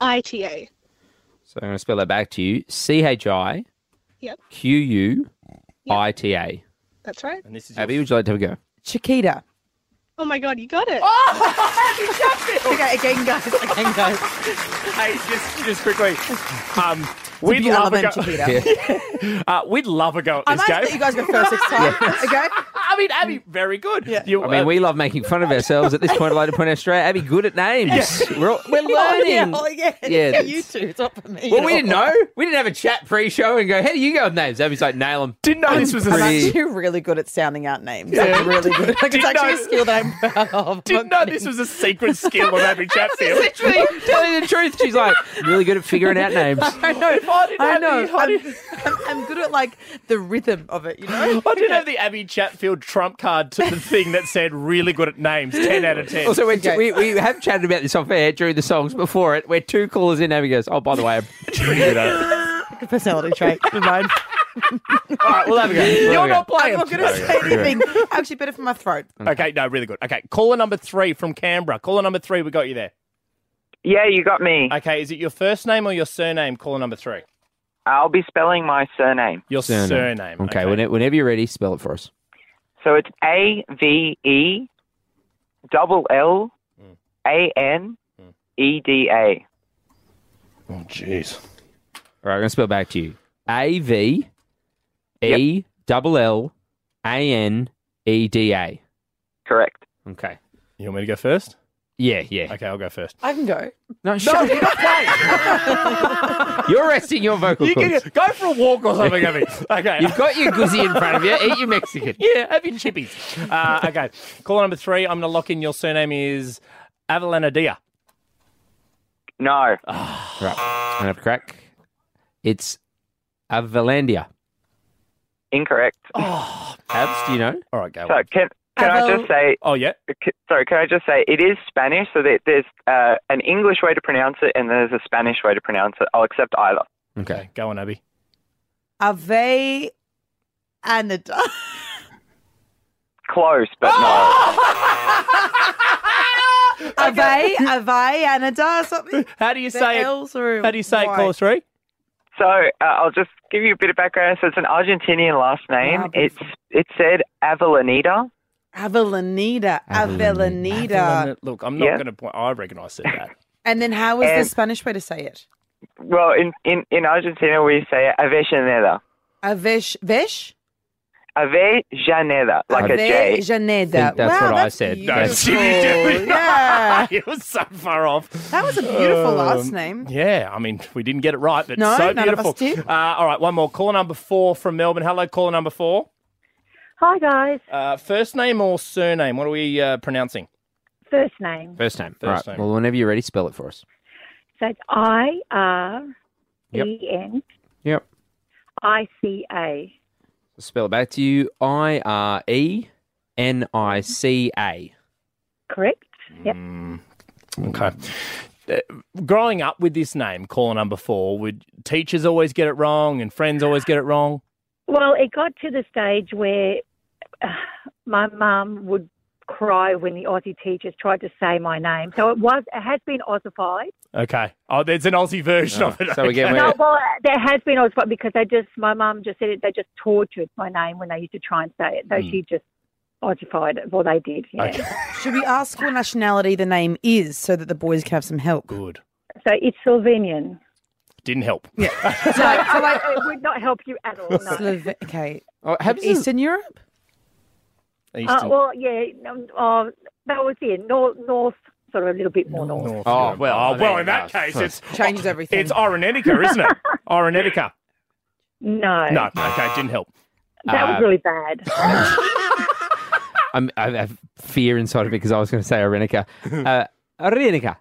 [SPEAKER 19] I T A.
[SPEAKER 3] So I'm going to spell that back to you. C H I
[SPEAKER 19] Yep,
[SPEAKER 3] Q U I T A.
[SPEAKER 19] that's right.
[SPEAKER 2] And this is
[SPEAKER 3] Abby, would you like to have a go?
[SPEAKER 10] Chiquita.
[SPEAKER 19] Oh my god, you got it.
[SPEAKER 6] Oh,
[SPEAKER 10] you it. Okay, again, guys. Again, guys.
[SPEAKER 2] Hey, just just quickly. Um, we'd
[SPEAKER 10] beautiful
[SPEAKER 2] love a go.
[SPEAKER 10] element,
[SPEAKER 2] uh, we'd love a go at
[SPEAKER 10] I
[SPEAKER 2] this
[SPEAKER 10] might
[SPEAKER 2] game.
[SPEAKER 10] let you guys go first next time. Okay.
[SPEAKER 2] I mean, Abby, very good. uh, Yeah.
[SPEAKER 3] I mean, we love making fun of ourselves. At this point, I'd like to point out straight, Abby, good at names. We're, all, we're learning.
[SPEAKER 10] Oh, yeah.
[SPEAKER 3] Yeah,
[SPEAKER 10] yeah
[SPEAKER 3] that's-
[SPEAKER 10] you oh, two. It's not for me.
[SPEAKER 3] Well,
[SPEAKER 10] at
[SPEAKER 3] we didn't
[SPEAKER 10] all.
[SPEAKER 3] know. We didn't have a chat pre-show and go, "How do you go with names?" Abby's like, "Nail them."
[SPEAKER 2] Didn't know this was a
[SPEAKER 10] I'm
[SPEAKER 3] Pretty-
[SPEAKER 10] actually really good at sounding out names.
[SPEAKER 3] Yeah.
[SPEAKER 10] I'm really good. Like,
[SPEAKER 3] Didn't
[SPEAKER 10] it's actually
[SPEAKER 3] know-
[SPEAKER 10] a skill that I'm proud of.
[SPEAKER 2] Didn't know this was a secret skill of Abby Chatfield.
[SPEAKER 3] Literally telling the truth. She's like, really good at figuring out names.
[SPEAKER 10] I know.
[SPEAKER 2] I,
[SPEAKER 10] know. I'm, I'm, I'm good at like the rhythm of it. You know.
[SPEAKER 2] I did have the Abby Chatfield trump card to the thing that said really good at names, 10 out of 10.
[SPEAKER 3] Also, we're we, we have chatted about this off air during the songs before it, where two callers in, Abby goes, "Oh, by the way, I'm pretty good at it."
[SPEAKER 10] Good personality trait. Never mind.
[SPEAKER 2] All right, we'll have a go. We'll have a go.
[SPEAKER 10] I'm not going to say anything. Actually, better for my throat.
[SPEAKER 2] Okay, no, really good. Okay, caller number three from Canberra. Caller number three, we got you there.
[SPEAKER 20] Yeah, you got me.
[SPEAKER 2] Okay, is it your first name or your surname, caller number three?
[SPEAKER 20] I'll be spelling my surname.
[SPEAKER 2] Your surname.
[SPEAKER 3] Okay, Whenever, whenever you're ready, spell it for us.
[SPEAKER 20] So it's A V E double L A N E D A.
[SPEAKER 3] Oh, jeez. All right, I'm going to spell back to you. A V E double L A N E D A.
[SPEAKER 20] Correct.
[SPEAKER 3] Okay.
[SPEAKER 2] You want me to go first?
[SPEAKER 3] Yeah, yeah.
[SPEAKER 2] Okay, I'll go first.
[SPEAKER 10] I can go.
[SPEAKER 3] No, shut
[SPEAKER 10] up.
[SPEAKER 3] You're resting your vocal
[SPEAKER 2] You can
[SPEAKER 3] cords.
[SPEAKER 2] go for a walk or something, Abby. Okay.
[SPEAKER 3] You've got your guzzi in front of you. Eat your Mexican.
[SPEAKER 2] Yeah, have your chippies. Uh, okay. Caller number three, I'm going to lock in your surname is Avalanadea.
[SPEAKER 20] No.
[SPEAKER 2] Ah.
[SPEAKER 3] Ah. Right. I'm gonna have a crack. It's Avalandia.
[SPEAKER 20] Incorrect.
[SPEAKER 3] Abs, do you know? All right, go.
[SPEAKER 20] So can can I just say?
[SPEAKER 2] Oh yeah.
[SPEAKER 20] Sorry, can I just say it is Spanish? So that there's uh, an English way to pronounce it, and there's a Spanish way to pronounce it. I'll accept either.
[SPEAKER 3] Okay.
[SPEAKER 2] Go on, Abby.
[SPEAKER 10] Ave Anida.
[SPEAKER 20] Close, but
[SPEAKER 2] Ah!
[SPEAKER 10] Ave, Ave Anida, something.
[SPEAKER 2] How do you
[SPEAKER 10] say L's or
[SPEAKER 2] How do you say it,
[SPEAKER 10] Y?
[SPEAKER 2] Clause 3?
[SPEAKER 20] So uh, I'll just give you a bit of background. So it's an Argentinian last name. it's it said Avellaneda.
[SPEAKER 10] Avellaneda. Avellaneda.
[SPEAKER 2] Look, I'm not
[SPEAKER 20] Yeah.
[SPEAKER 2] going to point. I reckon I said that.
[SPEAKER 10] And then how is
[SPEAKER 20] And-
[SPEAKER 10] the Spanish way to say it?
[SPEAKER 20] Well, in, in, in Argentina we say Avellaneda.
[SPEAKER 10] Avesh, vesh?
[SPEAKER 20] Avellaneda, like a J.
[SPEAKER 10] Avellaneda.
[SPEAKER 20] that's
[SPEAKER 10] wow,
[SPEAKER 20] what I
[SPEAKER 10] that's
[SPEAKER 20] said.
[SPEAKER 10] Beautiful.
[SPEAKER 20] That's-
[SPEAKER 10] yeah.
[SPEAKER 2] it Oh, was so far off.
[SPEAKER 10] That was a beautiful last
[SPEAKER 2] Um,
[SPEAKER 10] name.
[SPEAKER 2] Yeah, I mean, we didn't get it right, but
[SPEAKER 10] No,
[SPEAKER 2] so
[SPEAKER 10] none of
[SPEAKER 2] beautiful.
[SPEAKER 10] us did.
[SPEAKER 2] Uh, all right, one more. Caller number four from Melbourne. Hello, caller number four.
[SPEAKER 21] Hi, guys.
[SPEAKER 2] Uh, first name or surname? What are we uh, pronouncing?
[SPEAKER 21] First name.
[SPEAKER 3] First time.
[SPEAKER 2] First
[SPEAKER 3] All right.
[SPEAKER 2] name.
[SPEAKER 3] Well, whenever you're ready, spell it for us.
[SPEAKER 21] So it's I R
[SPEAKER 3] Yep.
[SPEAKER 21] E N
[SPEAKER 3] Yep.
[SPEAKER 21] I C A.
[SPEAKER 3] Spell it back to you. I R E N I C A.
[SPEAKER 21] Correct? Yep.
[SPEAKER 3] Mm.
[SPEAKER 2] Mm, Okay. Uh, growing up with this name, caller number four, would teachers always get it wrong and friends always get it wrong?
[SPEAKER 21] Well, it got to the stage where uh, my mum would cry when the Aussie teachers tried to say my name. So it was it has been ossified.
[SPEAKER 2] Okay. Oh, there's an Aussie version
[SPEAKER 3] Oh,
[SPEAKER 2] of it.
[SPEAKER 3] so we're getting-
[SPEAKER 2] okay.
[SPEAKER 21] No, well, there has been ossified because they just my mum just said it. They just tortured my name when they used to try and say it. So
[SPEAKER 3] Mm.
[SPEAKER 2] Hmm.
[SPEAKER 21] she just ossified it. Well, they did. Yeah.
[SPEAKER 10] Should we ask what nationality the name is so that the boys can have some help?
[SPEAKER 2] Good.
[SPEAKER 21] So it's Slovenian.
[SPEAKER 2] Didn't help.
[SPEAKER 21] no, so I, it would not help you at all. No.
[SPEAKER 10] Slove- okay.
[SPEAKER 3] Oh,
[SPEAKER 21] how does it-
[SPEAKER 10] Eastern Europe?
[SPEAKER 21] Uh, well, yeah, um, uh, that was it. North, north, sort of a little bit more north.
[SPEAKER 2] oh, well, oh, well, in that
[SPEAKER 3] there you
[SPEAKER 2] case,
[SPEAKER 3] go.
[SPEAKER 2] it's
[SPEAKER 10] changes everything.
[SPEAKER 2] It's Orenetica, isn't it? Orenetica.
[SPEAKER 21] No,
[SPEAKER 2] No, Ah. okay, didn't help.
[SPEAKER 21] that
[SPEAKER 3] Uh,
[SPEAKER 21] was really bad.
[SPEAKER 3] I'm, I have fear inside of me because I was going to say Arenica. Uh, Arenica.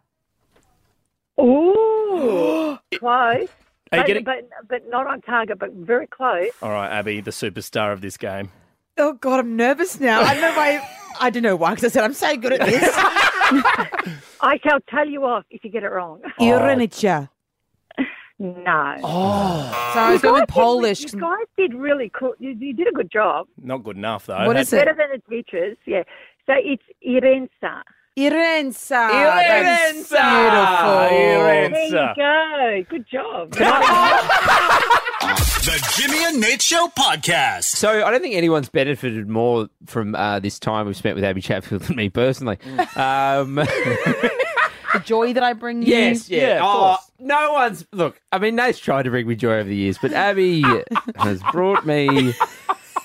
[SPEAKER 21] Ooh, close.
[SPEAKER 2] Are you
[SPEAKER 21] but,
[SPEAKER 2] getting-
[SPEAKER 21] but but not on target, but very close.
[SPEAKER 2] All right, Abby, the superstar of this game.
[SPEAKER 10] Oh God, I'm nervous now. I don't know why. I don't know why because I said I'm so good at this.
[SPEAKER 21] I shall tell you off if you get it wrong.
[SPEAKER 10] Irenicia.
[SPEAKER 21] No.
[SPEAKER 2] Oh.
[SPEAKER 10] So I was going Polish.
[SPEAKER 21] You guys did really cool. You, you did a good job.
[SPEAKER 2] Not good enough, though.
[SPEAKER 21] It's Better than the teachers, yeah. So it's Irensa.
[SPEAKER 10] Irensa.
[SPEAKER 21] That's
[SPEAKER 10] Irensa.
[SPEAKER 16] Irensa.
[SPEAKER 21] There you go. Good job.
[SPEAKER 9] The Jimmy and Nate Show podcast.
[SPEAKER 3] So I don't think anyone's benefited more from uh, this time we've spent with Abby Chatfield than me personally. Um,
[SPEAKER 10] The joy that I bring you.
[SPEAKER 3] yes, yeah. oh, no one's look. I mean, Nate's tried to bring me joy over the years, but Abby has brought me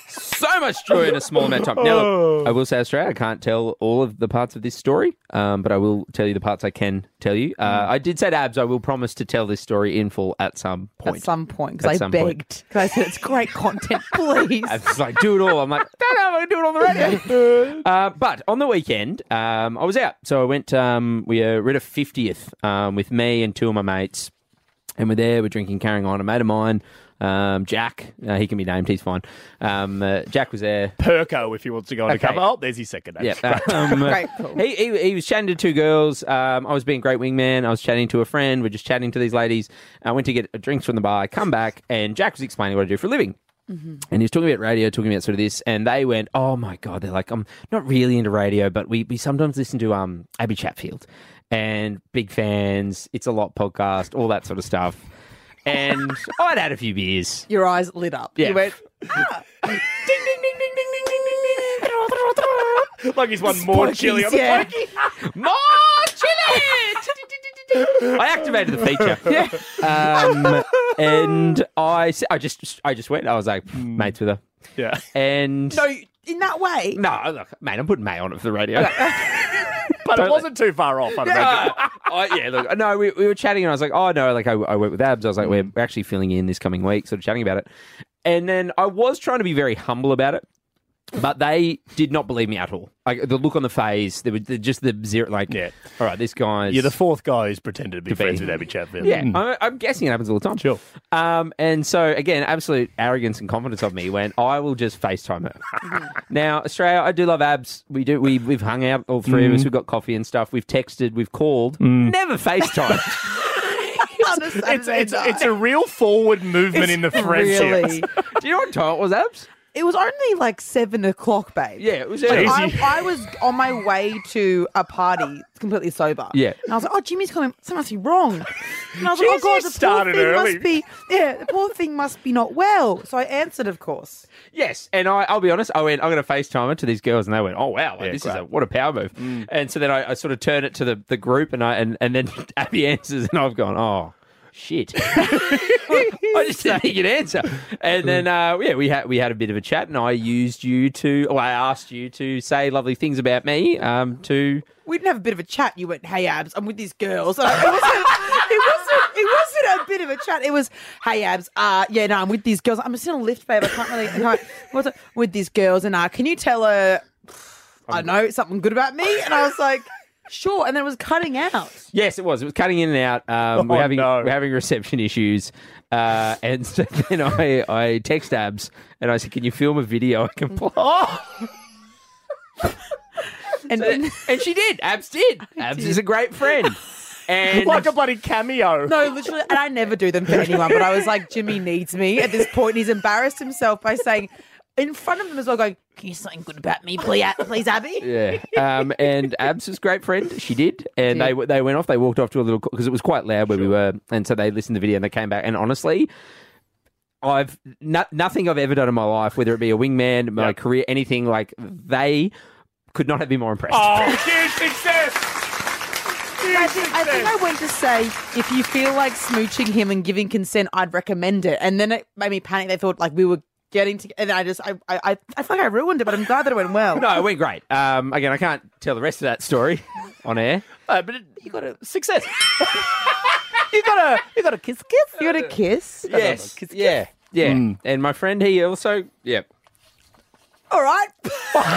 [SPEAKER 3] so much joy in a small amount of time. Now,
[SPEAKER 2] Oh.
[SPEAKER 3] look, I will say, Australia, I can't tell all of the parts of this story, um, but I will tell you the parts I can tell you. Uh,
[SPEAKER 2] Mm.
[SPEAKER 3] I did say to Abs, I will promise to tell this story in full at some point.
[SPEAKER 10] At some point,
[SPEAKER 3] At
[SPEAKER 10] because I
[SPEAKER 3] some point.
[SPEAKER 10] begged. Because I said it's great content, please.
[SPEAKER 3] I was like, do it all. I'm like, don't know if I can do it on the radio. uh, but on the weekend, um, I was out. So I went, um, we uh, were at a 50th um, with me and two of my mates. And we're there, we're drinking, carrying on. A mate of mine, um, Jack, uh, he can be named, he's fine. Um, uh, Jack was there.
[SPEAKER 2] Perko, if he wants to go on
[SPEAKER 3] Okay.
[SPEAKER 2] a cover. Oh, there's his second name.
[SPEAKER 3] Yeah. Um, he, he, he was chatting to two girls. Um, I was being great wingman. I was chatting to a friend. We're just chatting to these ladies. I went to get drinks from the bar. I come back, and Jack was explaining what I do for a living. And he was talking about radio, talking about sort of this, and they went, "Oh my god!" They're like, "I'm not really into radio, but we, we sometimes listen to um Abby Chatfield, and big fans. It's a lot podcast, all that sort of stuff." And I'd had a few beers.
[SPEAKER 10] Your eyes lit up.
[SPEAKER 3] Yeah.
[SPEAKER 10] You went,
[SPEAKER 2] like he's won more chili on the
[SPEAKER 16] yeah.
[SPEAKER 2] pokey.
[SPEAKER 3] More chili! I activated the feature. Um, and I, s- I just, I just went. I was like, mates with her.
[SPEAKER 2] Hmm. Yeah.
[SPEAKER 3] And
[SPEAKER 10] no, in that way.
[SPEAKER 3] no, look, man, I'm putting May on it for the radio.
[SPEAKER 2] But it
[SPEAKER 3] Don't-
[SPEAKER 2] wasn't too far off, I
[SPEAKER 3] No,
[SPEAKER 2] imagine.
[SPEAKER 3] I, yeah, look, no, we, we were chatting, and I was like, oh no, like I, I went with abs. I was like, we're
[SPEAKER 2] Hmm.
[SPEAKER 3] we're actually filling in this coming week, sort of chatting about it. And then I was trying to be very humble about it, but they did not believe me at all. Like the look on the face, they were they just the zero, like, yeah. all right, this guy's.
[SPEAKER 2] You're the fourth guy who's pretended to be
[SPEAKER 3] To be-
[SPEAKER 2] friends with Abby Chatfield.
[SPEAKER 3] Yeah,
[SPEAKER 2] Mm.
[SPEAKER 3] I'm, I'm guessing it happens all the time. Sure. Um, and so again, absolute arrogance and confidence of me when I will just FaceTime her. now, Australia, I do love abs. We do. We we've hung out all three of us.
[SPEAKER 2] Mm.
[SPEAKER 3] We've got coffee and stuff. We've texted. We've called. Never FaceTime.
[SPEAKER 10] a
[SPEAKER 2] it's, it's,
[SPEAKER 10] Saturday
[SPEAKER 2] it's,
[SPEAKER 10] night.
[SPEAKER 2] it's a real forward movement in the friendships.
[SPEAKER 10] really-
[SPEAKER 3] Do you know what time it was, Abs?
[SPEAKER 10] It was only like seven o'clock, babe.
[SPEAKER 3] Yeah, it was
[SPEAKER 10] Like,
[SPEAKER 3] early.
[SPEAKER 10] I, I was on my way to a party completely sober.
[SPEAKER 3] Yeah.
[SPEAKER 10] And I was like, oh, Jimmy's coming. Something must be wrong. And I was
[SPEAKER 2] Jeez,
[SPEAKER 10] like, oh,
[SPEAKER 2] you
[SPEAKER 10] God, the poor
[SPEAKER 3] started
[SPEAKER 10] thing
[SPEAKER 3] early.
[SPEAKER 10] must be, yeah, the poor thing must be not well. So I answered, of course.
[SPEAKER 3] Yes, and I, I'll be honest. I went. I'm going to FaceTime it to these girls, and they went, "Oh wow, like,
[SPEAKER 2] Yeah,
[SPEAKER 3] this is
[SPEAKER 2] great. Mm.
[SPEAKER 3] a what a power move." And so then I, I sort of turn it to the, the group, and I and, and then Abby answers, and I've gone, "Oh shit." I just didn't think you'd answer.
[SPEAKER 2] Mm.
[SPEAKER 3] And then, uh, yeah, we had we had a bit of a chat, and I used you to, well, I asked you to say lovely things about me. Um, to
[SPEAKER 10] We didn't have a bit of a chat. You went, hey, Abs, I'm with these girls. And I- it, wasn't, it, wasn't, it wasn't a bit of a chat. It was, hey, Abs, uh, yeah, no, I'm with these girls. I'm just in a lift, babe. I can't really, I can't, what's it, with these girls. And uh, can you tell her, I don't know, something good about me? And I was like, sure. And then it was cutting out.
[SPEAKER 3] yes, it was. It was cutting in and out. Um,
[SPEAKER 2] Oh,
[SPEAKER 3] we're having we're having reception issues, uh, and so then I I text Abs, and I said, "Can you film a video I can play?"
[SPEAKER 2] Oh,
[SPEAKER 10] And,
[SPEAKER 3] and she did. Abs did. Abs is a great friend. And
[SPEAKER 2] like a bloody cameo.
[SPEAKER 10] No, literally, and I never do them for anyone. But I was like, Jimmy needs me at this point, and he's embarrassed himself by saying, in front of them as well, going, "Can you say something good about me, please, Ab- please Abby?"
[SPEAKER 3] Yeah. Um, and Abs was a great friend. She did. And they they went off. They walked off to a little because it was quite loud where we were. And so they listened to the video and they came back. And honestly, I've no, nothing I've ever done in my life, whether it be a wingman, my career, anything like they could not have been more impressed.
[SPEAKER 8] Oh,
[SPEAKER 2] huge success!
[SPEAKER 10] I think, I think I went to say, if you feel like smooching him and giving consent, I'd recommend it. And then it made me panic. They thought like we were getting together, and I just, I, I, I, I feel like I ruined it, but I'm glad that it went well.
[SPEAKER 3] Oh, No, it went great. Um, again, I can't tell the rest of that story on air.
[SPEAKER 2] Uh, but it, you got a success. you got a you got a kiss kiss.
[SPEAKER 10] You got a kiss.
[SPEAKER 3] Yes. Yeah. Mm. Yeah. And my friend, he also, yeah.
[SPEAKER 10] All right.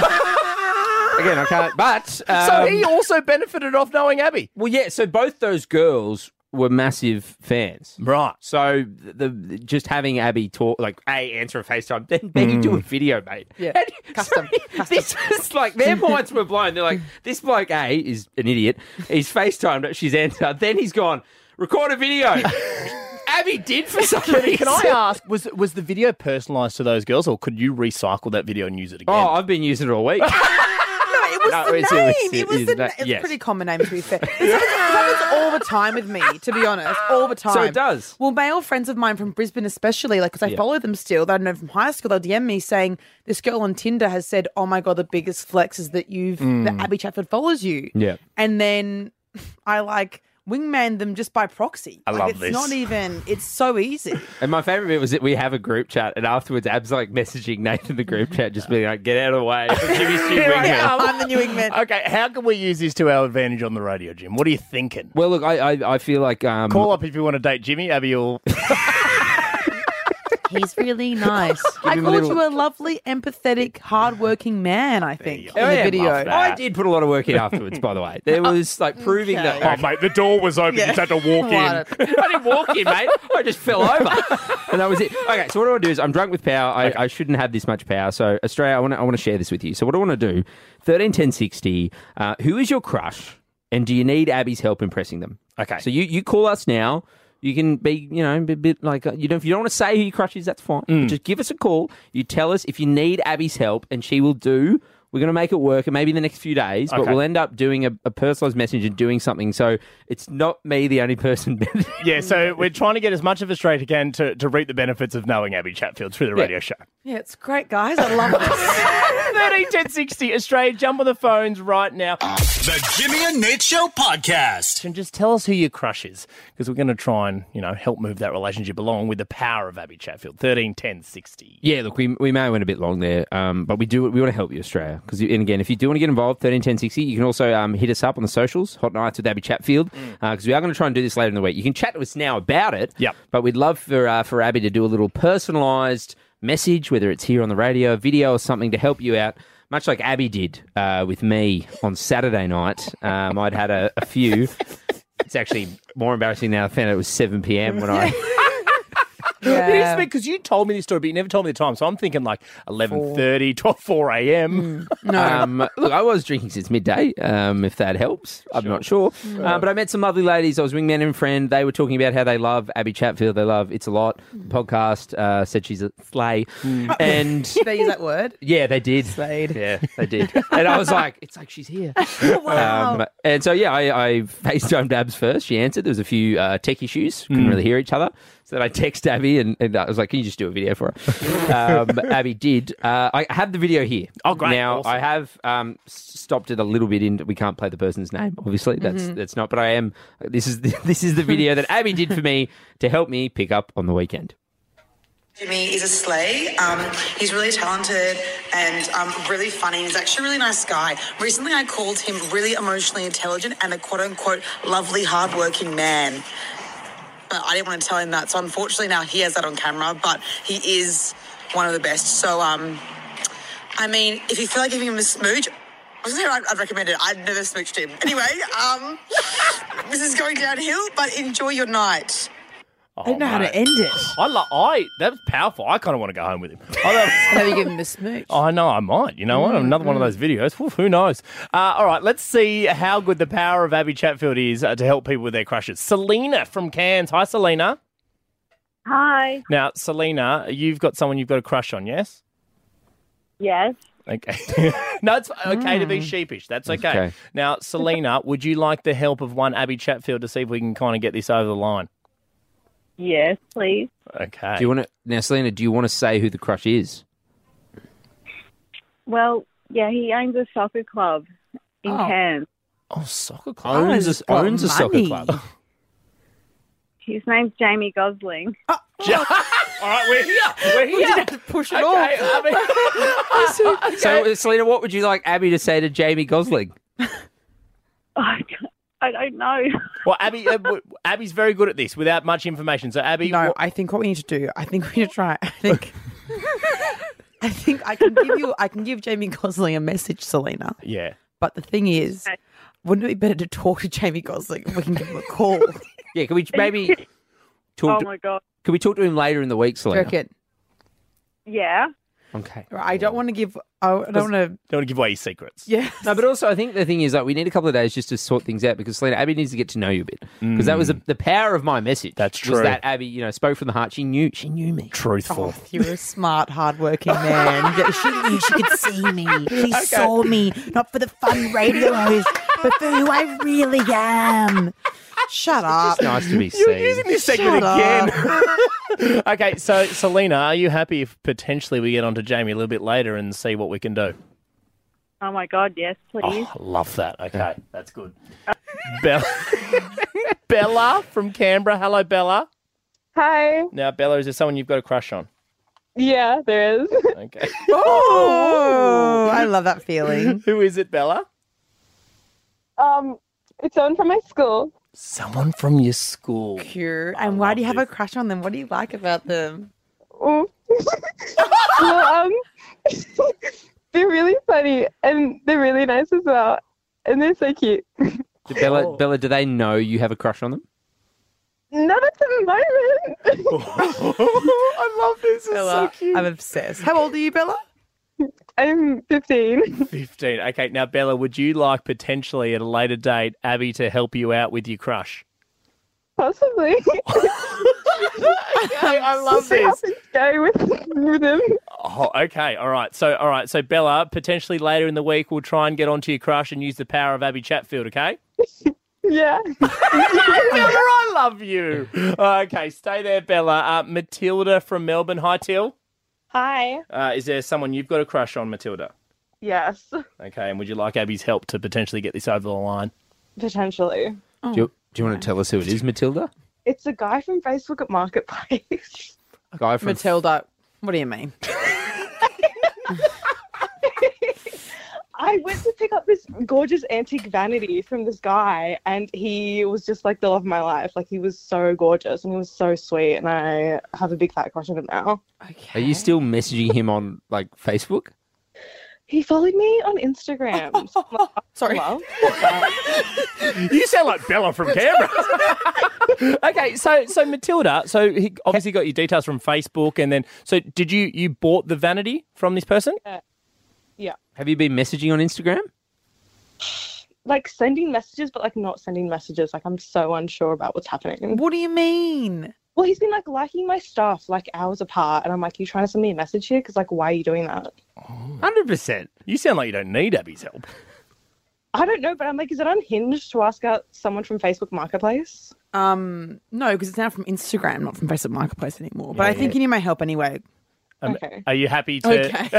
[SPEAKER 3] Again, I can't. But
[SPEAKER 2] so
[SPEAKER 3] um,
[SPEAKER 2] he also benefited off knowing Abby.
[SPEAKER 3] Well, yeah. So both those girls were massive fans,
[SPEAKER 2] right?
[SPEAKER 3] So the, the just having Abby talk, like a answer a FaceTime, then Becky
[SPEAKER 2] Hmm.
[SPEAKER 3] do a video, mate.
[SPEAKER 10] Yeah.
[SPEAKER 3] Custom. This is like their minds were blown. They're like, this bloke A is an idiot. He's FaceTimed. her, She's answered. Then he's gone. Record a video. Abby did for some reason.
[SPEAKER 2] Can I ask, was was the video personalised to those girls, or could you recycle that video and use it again?
[SPEAKER 3] Oh, I've been using it all week.
[SPEAKER 10] No, it was
[SPEAKER 2] No,
[SPEAKER 10] the
[SPEAKER 2] it's- it
[SPEAKER 10] name.
[SPEAKER 2] was-
[SPEAKER 10] It
[SPEAKER 2] it
[SPEAKER 10] was
[SPEAKER 2] is
[SPEAKER 10] the.
[SPEAKER 2] that-
[SPEAKER 10] na- It's
[SPEAKER 2] yes.
[SPEAKER 10] a pretty common name to be fair. It happens, it happens all the time with me, to be honest, all the time.
[SPEAKER 3] So it does.
[SPEAKER 10] Well, male friends of mine from Brisbane, especially, like because I
[SPEAKER 3] Yeah.
[SPEAKER 10] follow them still, that I know from high school, they'll DM me saying this girl on Tinder has said, "Oh my god, the biggest flex is that you've that
[SPEAKER 3] Mm.
[SPEAKER 10] Abby Chatford follows you."
[SPEAKER 3] Yeah.
[SPEAKER 10] and then I like wingman them just by proxy.
[SPEAKER 3] I
[SPEAKER 10] like,
[SPEAKER 3] love
[SPEAKER 10] it's
[SPEAKER 3] this.
[SPEAKER 10] Not even. It's so easy.
[SPEAKER 3] And my favorite bit was that we have a group chat, and afterwards, Ab's like messaging Nathan the group chat, just being like, "Get out of the way, Jimmy's new
[SPEAKER 2] Here
[SPEAKER 3] wingman."
[SPEAKER 2] I am.
[SPEAKER 10] I'm the new wingman.
[SPEAKER 2] Okay, how can we use this to our advantage on the radio, Jim? What are you thinking?
[SPEAKER 3] Well, look, I I, I feel like um,
[SPEAKER 2] Call up if you want to date Jimmy, Abby, or
[SPEAKER 10] He's really nice. I
[SPEAKER 2] him
[SPEAKER 10] called
[SPEAKER 2] a little-
[SPEAKER 10] you a lovely, empathetic, hardworking man. I think in the
[SPEAKER 3] Oh, yeah,
[SPEAKER 10] video.
[SPEAKER 3] love that. Oh, I did put a lot of work in afterwards, by the way. There was like proving that.
[SPEAKER 2] Oh, mate, the door was open. You just had to walk in.
[SPEAKER 3] I didn't walk in, mate. I just fell over, and that was it. Okay, so what do I do is I'm drunk with power. I, I shouldn't have this much power. So Australia, I want to I want to share this with you. So what I want to do, thirteen ten sixty. Uh, who is your crush, and do you need Abby's help impressing them?
[SPEAKER 2] Okay.
[SPEAKER 3] So you you call us now. You can be, you know, a bit like uh, you know. If you don't want to say who your crush is, that's fine.
[SPEAKER 2] Mm.
[SPEAKER 3] But just give us a call. You tell us if you need Abby's help, and she will do. We're going to make it work, and maybe in the next few days, but
[SPEAKER 2] Okay.
[SPEAKER 3] we'll end up doing a, a personalized message and doing something. So it's not me, the only person
[SPEAKER 2] Yeah, so we're trying to get as much of Australia again to, to reap the benefits of knowing Abby Chatfield through the radio show.
[SPEAKER 10] Yeah, it's great, guys. I love this.
[SPEAKER 2] 13 10 60 Australia, jump on the phones right now.
[SPEAKER 9] The Jimmy and Nate Show podcast.
[SPEAKER 2] And just tell us who your crush is, because we're going to try and, you know, help move that relationship along with the power of Abby Chatfield. 13 10 60.
[SPEAKER 3] Yeah, look, we, we may have went a bit long there, um, but we do we want to help you, Australia. Because and again, if you do want to get involved, thirteen ten sixty, you can also um, hit us up on the socials, Hot Nights with Abby Chatfield, because we are going to try and do this later in the week. You can chat to us now about it. Yep. But we'd love for uh, for Abby to do a little personalised message, whether it's here on the radio, video, or something to help you out. Much like Abby did uh, with me on Saturday night, um, I'd had a, a few. It's actually more embarrassing now. I found out it was seven p.m. when I
[SPEAKER 2] This because you told me this story, but you never told me the time. So I'm thinking like 11.30, 12, 4 a.m.
[SPEAKER 3] Um, look, I was drinking since midday, um, if that helps. I'm not sure.
[SPEAKER 2] Sure.
[SPEAKER 3] Uh, but I met some lovely ladies. I was wingman and friend. They were talking about how they love Abby Chatfield. They love It's a Lot. The podcast uh, said she's a slay. And
[SPEAKER 10] they use that word?
[SPEAKER 3] yeah, they did. Mm. Slayed. Yeah, they did. And I was like, it's like she's here. Um, and so, yeah, I, I FaceTimed Abs first. She answered. There was a few uh, tech issues. Couldn't
[SPEAKER 7] Mm.
[SPEAKER 3] really hear each other. So then I text Abby and, and I was like, can you just do a video for her? um, Abby did. Uh, I have the video here. Oh,
[SPEAKER 2] great.
[SPEAKER 3] Now,
[SPEAKER 2] Awesome.
[SPEAKER 3] I have um, s- stopped it a little bit in. We can't play the person's name, obviously. That's
[SPEAKER 2] Mhm.
[SPEAKER 3] that's not. But I am. This is the, this is the video that Abby did for me to help me pick up on the weekend.
[SPEAKER 22] Jimmy is a sleigh. Um, he's really talented and um, really funny. He's actually a really nice guy. Recently, I called him really emotionally intelligent and a quote unquote lovely, hardworking man. But I didn't want to tell him that. So, unfortunately, now he has that on camera, but he is one of the best. So, um, I mean, if you feel like giving him a smooch, I was gonna say I'd, I'd recommend it. I'd never smooched him. Anyway, um, this is going downhill, but enjoy your night.
[SPEAKER 2] I don't know how to end it. I like I that was powerful. I kind of want to go home with him. I don't-
[SPEAKER 10] Have you given him a smooch?
[SPEAKER 2] I know I might. You know what? Another one of those videos. Woof, who knows? Uh, all right, let's see how good the power of Abby Chatfield is uh, to help people with their crushes. Selena from Cairns. Hi, Selena.
[SPEAKER 23] Hi.
[SPEAKER 2] Now, Selena, you've got someone you've got a crush on, yes?
[SPEAKER 23] Yes.
[SPEAKER 2] Okay. no, it's okay to be sheepish. That's okay.
[SPEAKER 3] okay.
[SPEAKER 2] Now, Selena, would you like the help of one Abby Chatfield to see if we can kind of get this over the line?
[SPEAKER 23] Yes, please.
[SPEAKER 2] Okay.
[SPEAKER 3] Do you want to now, Selena? Do you want to say who the crush is?
[SPEAKER 23] Well, yeah, he owns a soccer club in
[SPEAKER 2] Oh.
[SPEAKER 23] Cairns.
[SPEAKER 2] Oh, soccer
[SPEAKER 3] club. Owns a- Oh, owns a soccer money. club.
[SPEAKER 23] His name's Jamie Gosling.
[SPEAKER 2] Uh, All right, we're here. We're here. We didn't have to push it all.
[SPEAKER 3] So, uh, Selena, what would you like Abby to say to Jamie Gosling?
[SPEAKER 23] I don't know.
[SPEAKER 2] Well, Abby, uh, w- Abby's very good at this without much information. So, Abby,
[SPEAKER 10] No, I think what we need to do, I think we need to try. I think, I think I can give you, I can give Jamie Gosling a message, Selena.
[SPEAKER 2] Yeah.
[SPEAKER 10] But the thing is, wouldn't it be better to talk to Jamie Gosling? if We can give him a call.
[SPEAKER 3] Yeah, can we maybe talk? to-
[SPEAKER 10] Oh god.
[SPEAKER 3] Can we talk to him later in the week, Selena?
[SPEAKER 10] Reckon.
[SPEAKER 23] Yeah.
[SPEAKER 3] Okay.
[SPEAKER 10] I don't want to give. I don't want to.
[SPEAKER 2] Don't want to give away your secrets.
[SPEAKER 10] Yeah.
[SPEAKER 3] No, but also I think the thing is like we need a couple of days just to sort things out because Selena Abby needs to get to know you a bit because that was the the power of my message. That's
[SPEAKER 2] Mm. true.
[SPEAKER 3] Was that Abby, you know, spoke from the heart. She knew. She knew me.
[SPEAKER 2] Truthful.
[SPEAKER 10] You're a smart, hardworking man. Yeah, she knew she could see me. She
[SPEAKER 3] Okay.
[SPEAKER 10] saw me, not for the fun radio host, but for who I really am. Shut up.
[SPEAKER 3] nice to be
[SPEAKER 2] You're using this segment
[SPEAKER 10] Shut
[SPEAKER 2] again. okay, so Selena, are you happy if potentially we get onto Jamie a little bit later and see what we can do?
[SPEAKER 23] Oh my god, yes, please.
[SPEAKER 2] Oh, love that. Okay, that's good. Bella, Bella from Canberra. Hello, Bella.
[SPEAKER 24] Hi.
[SPEAKER 2] Now, Bella, is there someone you've got a crush on?
[SPEAKER 24] Yeah, there is.
[SPEAKER 2] Okay.
[SPEAKER 10] Oh, I love that feeling.
[SPEAKER 2] Who is it, Bella?
[SPEAKER 24] Um, it's someone from my school.
[SPEAKER 2] Someone from your school.
[SPEAKER 10] Cute. And why do you have a crush on them? What do you like about them?
[SPEAKER 24] Oh. well, um, they're really funny and they're really nice as well, and they're so cute.
[SPEAKER 3] Did Bella, Bella, do they know you have a crush on them?
[SPEAKER 24] Not at the moment.
[SPEAKER 2] I love this. It's
[SPEAKER 24] so cute.
[SPEAKER 10] I'm obsessed. How old are you, Bella?
[SPEAKER 24] I'm 15.
[SPEAKER 2] 15. Okay, now, Bella, would you like potentially at a later date Abby to help you out with your crush?
[SPEAKER 24] Possibly.
[SPEAKER 2] I love this.
[SPEAKER 24] Go with, with him.
[SPEAKER 2] Oh, okay. All right. So, all right. So, Bella, potentially later in the week, we'll try and get onto your crush and use the power of Abby Chatfield, okay?
[SPEAKER 24] Yeah.
[SPEAKER 2] Bella, I love you. Uh, Okay, stay there, Bella. Uh, Matilda from Melbourne. Hi, Till.
[SPEAKER 24] Hi.
[SPEAKER 2] Uh, is there someone you've got a crush on, Matilda?
[SPEAKER 24] Yes.
[SPEAKER 2] Okay, and would you like Abby's help to potentially get this over the line?
[SPEAKER 24] Potentially.
[SPEAKER 10] Oh.
[SPEAKER 3] Do, you, do you want to tell us who it is, Matilda?
[SPEAKER 24] It's a guy from Facebook at Marketplace.
[SPEAKER 3] Guy from
[SPEAKER 10] Matilda, what do you mean?
[SPEAKER 24] I went to pick up this gorgeous antique vanity from this guy, and he was just like the love of my life. Like he was so gorgeous and he was so sweet, and I have a big fat crush on him now.
[SPEAKER 3] Are you still messaging him on like Facebook?
[SPEAKER 24] He followed me on Instagram. Sorry.
[SPEAKER 2] you sound like Bella from Canberra. okay, so so Matilda, so he obviously got your details from Facebook, and then so did you you bought the vanity from this person?
[SPEAKER 24] yeah.
[SPEAKER 3] Have you been messaging on Instagram?
[SPEAKER 24] Like sending messages, but like not sending messages. Like I'm so unsure about what's happening.
[SPEAKER 10] What do you mean?
[SPEAKER 24] Well, he's been like liking my stuff like hours apart, and I'm like, you trying to send me a message here? Because like, why are you doing that?
[SPEAKER 2] Hundred percent. You sound like you don't need Abby's help.
[SPEAKER 24] I don't know, but I'm like, is it unhinged to ask out someone from Facebook Marketplace?
[SPEAKER 10] Um, no, because it's now from Instagram, not from Facebook Marketplace anymore. But I
[SPEAKER 2] Yeah,
[SPEAKER 10] think
[SPEAKER 2] yeah.
[SPEAKER 10] you need my help anyway.
[SPEAKER 2] Um,
[SPEAKER 24] Okay.
[SPEAKER 2] Are you happy to?
[SPEAKER 10] Okay.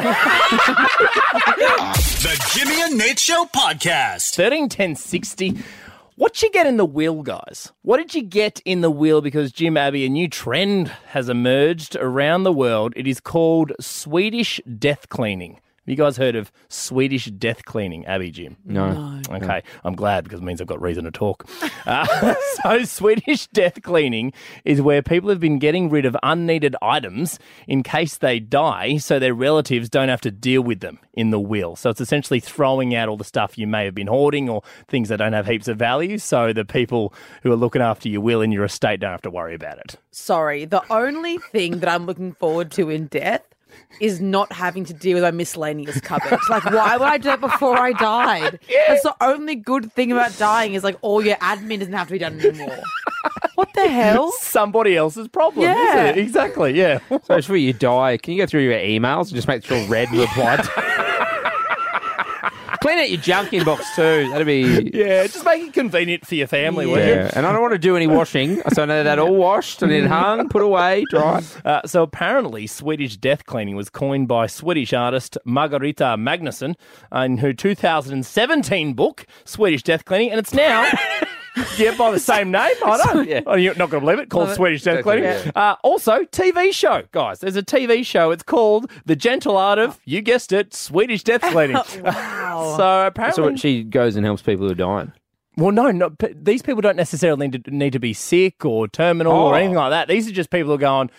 [SPEAKER 2] the Jimmy and Nate Show podcast. Thirteen ten sixty. What you get in the wheel, guys? What did you get in the wheel? Because Jim Abbey, a new trend has emerged around the world. It is called Swedish death cleaning. Have you guys heard of Swedish death cleaning, Abby Jim?
[SPEAKER 3] No. No.
[SPEAKER 2] Okay, I'm glad because it means I've got reason to talk. Uh, so, Swedish death cleaning is where people have been getting rid of unneeded items in case they die so their relatives don't have to deal with them in the will. So, it's essentially throwing out all the stuff you may have been hoarding or things that don't have heaps of value so the people who are looking after your will in your estate don't have to worry about it.
[SPEAKER 10] Sorry, the only thing that I'm looking forward to in death is not having to deal with my miscellaneous cupboard. like, why would I do that before I died? That's the only good thing about dying is like all your admin doesn't have to be done anymore. what the hell?
[SPEAKER 2] Somebody else's problem, is
[SPEAKER 10] Yeah.
[SPEAKER 2] it? Exactly, yeah.
[SPEAKER 3] So it's for you die. Can you go through your emails and just make sure red replied? Clean out your junk inbox too. That'd be
[SPEAKER 2] Yeah, just make it convenient for your family, will you?
[SPEAKER 3] yeah. And I don't want to do any washing, so I know that all washed and then hung, put away, dry.
[SPEAKER 2] Uh, so apparently, Swedish death cleaning was coined by Swedish artist Margareta Magnusson in her 2017 book, Swedish Death Cleaning, and it's now. Yeah, by the same name. I know. Oh, you're not going to believe it. Called
[SPEAKER 3] Love it.
[SPEAKER 2] Swedish Death
[SPEAKER 3] Death Cleaning,
[SPEAKER 2] Cleaning. Uh, also, TV show, guys. There's a TV show. It's called The Gentle Art of, you guessed it, Swedish Death Cleaning.
[SPEAKER 10] wow.
[SPEAKER 2] so
[SPEAKER 3] So
[SPEAKER 2] apparently.
[SPEAKER 3] what, she goes and helps people who are dying.
[SPEAKER 2] Well, no, not, p- these people don't necessarily need to, need to be sick or terminal
[SPEAKER 3] Oh.
[SPEAKER 2] or anything like that. These are just people who are going,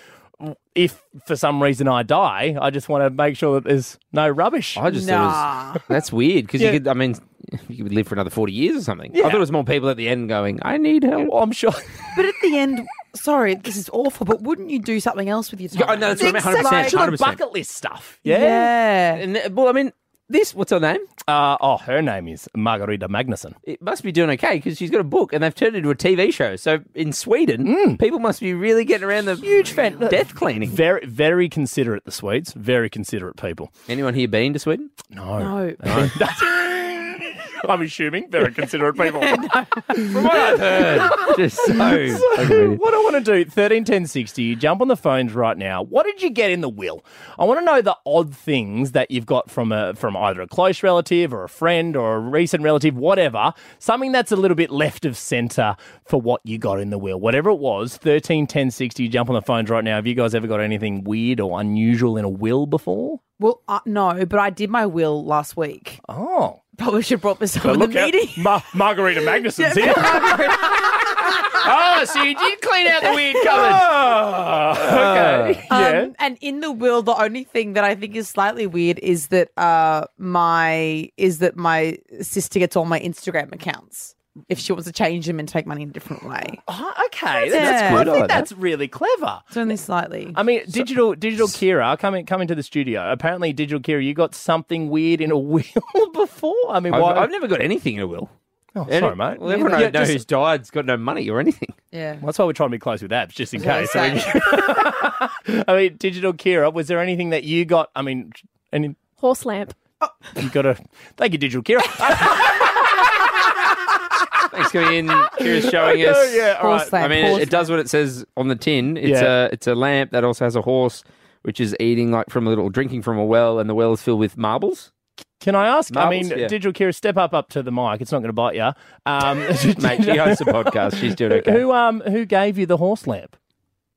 [SPEAKER 2] if for some reason I die, I just want to make sure that there's no rubbish.
[SPEAKER 3] I just thought it was, that's weird because
[SPEAKER 2] Yeah.
[SPEAKER 3] you could. I mean, you could live for another forty years or something. I
[SPEAKER 10] Yeah.
[SPEAKER 3] thought it was more people at the end going, "I need help."
[SPEAKER 2] Oh, I'm sure.
[SPEAKER 10] But at the end, sorry, this is awful, but wouldn't you do something else with your time?
[SPEAKER 3] I know, that's what I meant, 100%,
[SPEAKER 10] Exactly.
[SPEAKER 3] 100%.
[SPEAKER 2] bucket list stuff.
[SPEAKER 10] Yeah.
[SPEAKER 3] And uh, well, I mean, this. What's her name?
[SPEAKER 2] Uh, oh, her name is Margarita Magnusson.
[SPEAKER 3] It must be doing okay because she's got a book and they've turned it into a TV show. So in Sweden, people must be really getting around the huge fan death cleaning.
[SPEAKER 2] Very, very considerate, the Swedes. Very considerate people.
[SPEAKER 3] Anyone here been to Sweden?
[SPEAKER 2] No.
[SPEAKER 10] No.
[SPEAKER 2] I'm assuming very considerate people.
[SPEAKER 3] From what I've heard, just so.
[SPEAKER 2] So, what I want to do, 13 10 60, you jump on the phones right now. What did you get in the will? I want to know the odd things that you've got from a from either a close relative or a friend or a recent relative, whatever. Something that's a little bit left of centre for what you got in the will. Whatever it was, 13 10 60, you jump on the phones right now. Have you guys ever got anything weird or unusual in a will before?
[SPEAKER 10] Well, uh, no, but I did my will last week.
[SPEAKER 2] Oh.
[SPEAKER 10] Probably should have brought this up in the
[SPEAKER 2] look out,
[SPEAKER 10] meeting.
[SPEAKER 2] Ma- Margarita Magnusson's here. oh, so you did clean out the weird cupboard. okay. yeah.
[SPEAKER 10] Um, and in the will, the only thing that I think is slightly weird is that uh, my is that my sister gets all my Instagram accounts if she wants to change them and take money in a different way.
[SPEAKER 2] Oh, okay,
[SPEAKER 10] That's- that's
[SPEAKER 2] I
[SPEAKER 10] good, I
[SPEAKER 2] think
[SPEAKER 10] like that.
[SPEAKER 2] that's really clever.
[SPEAKER 10] It's only slightly.
[SPEAKER 2] I mean, digital digital Kira coming coming to the studio. Apparently, digital Kira, you got something weird in a wheel before. I mean,
[SPEAKER 3] I've,
[SPEAKER 2] why?
[SPEAKER 3] I've never got anything in a will.
[SPEAKER 2] Oh,
[SPEAKER 3] Any-
[SPEAKER 2] sorry, mate.
[SPEAKER 3] Well, everyone
[SPEAKER 2] Yeah,
[SPEAKER 3] I know
[SPEAKER 2] just-
[SPEAKER 3] who's died's got no money or anything.
[SPEAKER 10] Yeah.
[SPEAKER 2] Well, that's why we're trying to be close with apps, just in
[SPEAKER 3] That's
[SPEAKER 2] case.
[SPEAKER 3] what I
[SPEAKER 2] I mean, I mean, digital Kira, was there anything that you got? I mean, any
[SPEAKER 4] Horse lamp.
[SPEAKER 2] you got to thank you, digital Kira.
[SPEAKER 3] Thanks, coming in. Kira's showing
[SPEAKER 2] I know,
[SPEAKER 3] us.
[SPEAKER 2] yeah, all
[SPEAKER 10] Horse right. lamp,
[SPEAKER 3] I mean,
[SPEAKER 10] horse
[SPEAKER 3] it, it does what it says on the tin. It's a
[SPEAKER 2] Yeah.
[SPEAKER 3] it's a lamp that also has a horse, which is eating like from a little drinking from a well, and the well is filled with marbles.
[SPEAKER 2] Can I ask?
[SPEAKER 3] Marbles,
[SPEAKER 2] I mean,
[SPEAKER 3] yeah.
[SPEAKER 2] digital Kira, step up up to the mic. It's not going to bite you, um,
[SPEAKER 3] Mate, she hosts a podcast. She's doing okay.
[SPEAKER 2] Who um who gave you the horse lamp?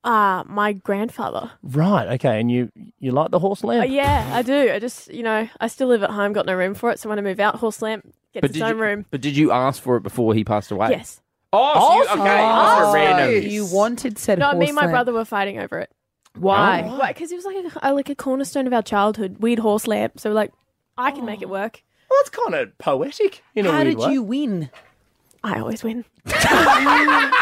[SPEAKER 8] Uh, my grandfather.
[SPEAKER 2] Right. Okay. And you you like the horse
[SPEAKER 8] Uh,
[SPEAKER 2] lamp?
[SPEAKER 8] yeah, I do. I just, you know, I still live at home, got no room for it. So when I move out, horse lamp gets its
[SPEAKER 3] did
[SPEAKER 8] own
[SPEAKER 3] you,
[SPEAKER 8] room.
[SPEAKER 3] but did you ask for it before he passed away?
[SPEAKER 8] Yes.
[SPEAKER 3] Oh, so you- okay. that's a random.
[SPEAKER 10] You wanted said
[SPEAKER 8] No,
[SPEAKER 10] horse
[SPEAKER 8] me and my
[SPEAKER 10] lamp.
[SPEAKER 8] brother were fighting over it.
[SPEAKER 10] Why?
[SPEAKER 8] Because it was like a, uh, like a cornerstone of our childhood. Weird horse lamp. So we're like, I
[SPEAKER 10] Oh.
[SPEAKER 8] can make it work.
[SPEAKER 2] Well, it's kind of poetic in a
[SPEAKER 8] How
[SPEAKER 2] weird
[SPEAKER 8] did
[SPEAKER 2] way.
[SPEAKER 8] you
[SPEAKER 10] win?
[SPEAKER 8] I always win.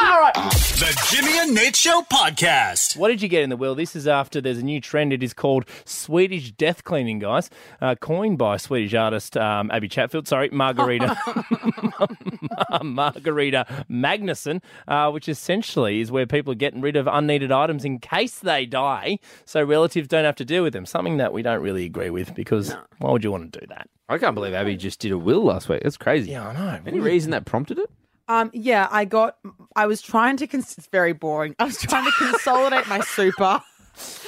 [SPEAKER 2] All right.
[SPEAKER 9] The Jimmy and Nate Show podcast.
[SPEAKER 2] What did you get in the will? This is after there's a new trend. It is called Swedish death cleaning, guys. Uh, coined by Swedish artist um, Abby Chatfield. Sorry, Margarita. Margarita Magnuson, uh, which essentially is where people are getting rid of unneeded items in case they die, so relatives don't have to deal with them. Something that we don't really agree with because why would you want to do that?
[SPEAKER 3] I can't believe Abby just did a will last week. That's crazy.
[SPEAKER 2] Yeah, I know.
[SPEAKER 3] Any reason that prompted it?
[SPEAKER 10] Um, yeah, I got. I was trying to. Cons- it's very boring. I was trying to consolidate my super.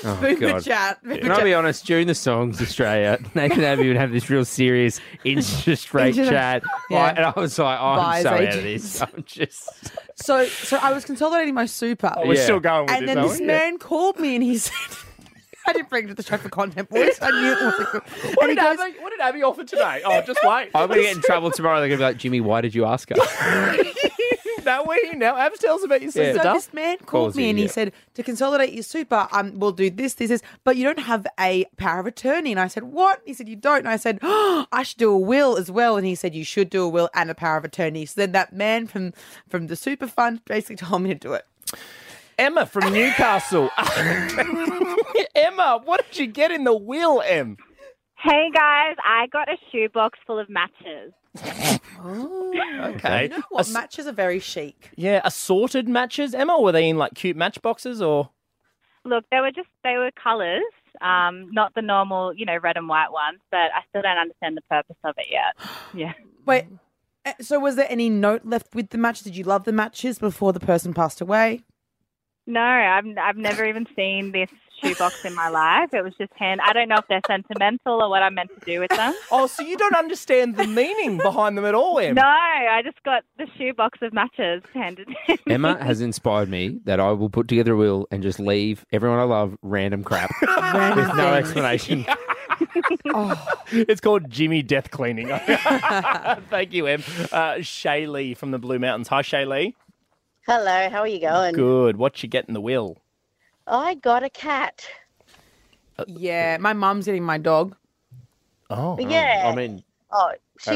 [SPEAKER 3] Oh,
[SPEAKER 10] Move the
[SPEAKER 3] God.
[SPEAKER 10] chat. Move
[SPEAKER 3] Can
[SPEAKER 10] the
[SPEAKER 3] I
[SPEAKER 10] chat.
[SPEAKER 3] be honest? During the Songs Australia, Nathan and Abby would have this real serious interest rate
[SPEAKER 10] Interest-
[SPEAKER 3] chat.
[SPEAKER 10] Yeah.
[SPEAKER 3] I- and I was like, oh,
[SPEAKER 10] Buyer's
[SPEAKER 3] I'm so out of
[SPEAKER 10] agents.
[SPEAKER 3] this. I'm just.
[SPEAKER 10] So, so I was consolidating my super.
[SPEAKER 3] Oh, we're Yeah. still going with
[SPEAKER 10] And
[SPEAKER 3] this,
[SPEAKER 10] then
[SPEAKER 3] aren't
[SPEAKER 10] this
[SPEAKER 3] we?
[SPEAKER 10] man called me and he said, "I didn't bring it to the show for content, boys. I knew it wasn't good." And
[SPEAKER 2] What
[SPEAKER 10] he
[SPEAKER 2] did,
[SPEAKER 10] goes-
[SPEAKER 2] Abby, what did Abby offer today? Oh, just wait.
[SPEAKER 3] I'm going to get in trouble tomorrow. They're going to be like, Jimmy, why did you ask her?
[SPEAKER 2] that way you now. Abs tells about your
[SPEAKER 10] So,
[SPEAKER 3] sister.
[SPEAKER 10] so this man called
[SPEAKER 3] Calls
[SPEAKER 10] me
[SPEAKER 3] you,
[SPEAKER 10] and he
[SPEAKER 3] yeah.
[SPEAKER 10] said, to consolidate your super, um, we'll do this, this, this, but you don't have a power of attorney. And I said, what? He said, you don't. And I said, oh, I should do a will as well. And he said, you should do a will and a power of attorney. So then that man from, from the super fund basically told me to do it.
[SPEAKER 2] Emma from Newcastle. Emma, what did you get in the will, Em?
[SPEAKER 5] Hey guys, I got a shoebox full of matches.
[SPEAKER 2] Okay.
[SPEAKER 10] You know what? matches are very chic.
[SPEAKER 2] Yeah, assorted matches, Emma? Or were they in like cute matchboxes or?
[SPEAKER 5] Look, they were just they were colours, um, not the normal, you know, red and white ones. But I still don't understand the purpose of it yet. Yeah.
[SPEAKER 10] Wait, eh, so was there any note left with the match? Did you love the matches before the person passed away?
[SPEAKER 5] No, I've I've never even seen this shoebox in my life. It was just hand. I don't know if they're sentimental or what I'm meant to do with them.
[SPEAKER 2] Oh, so you don't understand the meaning behind them at all, Em?
[SPEAKER 5] No, I just got the shoebox of matches handed. in.
[SPEAKER 3] Emma has inspired me that I will put together a will and just leave everyone I love random crap with no explanation.
[SPEAKER 2] It's called Jimmy Death Cleaning. Thank you, Em. Uh, Shaylee from the Blue Mountains. Hi, Shaylee.
[SPEAKER 7] Hello, how are you going?
[SPEAKER 2] Good. What you get in the will?
[SPEAKER 7] I got a cat.
[SPEAKER 10] Yeah, my mum's getting my dog.
[SPEAKER 2] Oh,
[SPEAKER 7] Yeah.
[SPEAKER 2] I mean,
[SPEAKER 7] Oh,
[SPEAKER 2] Oh.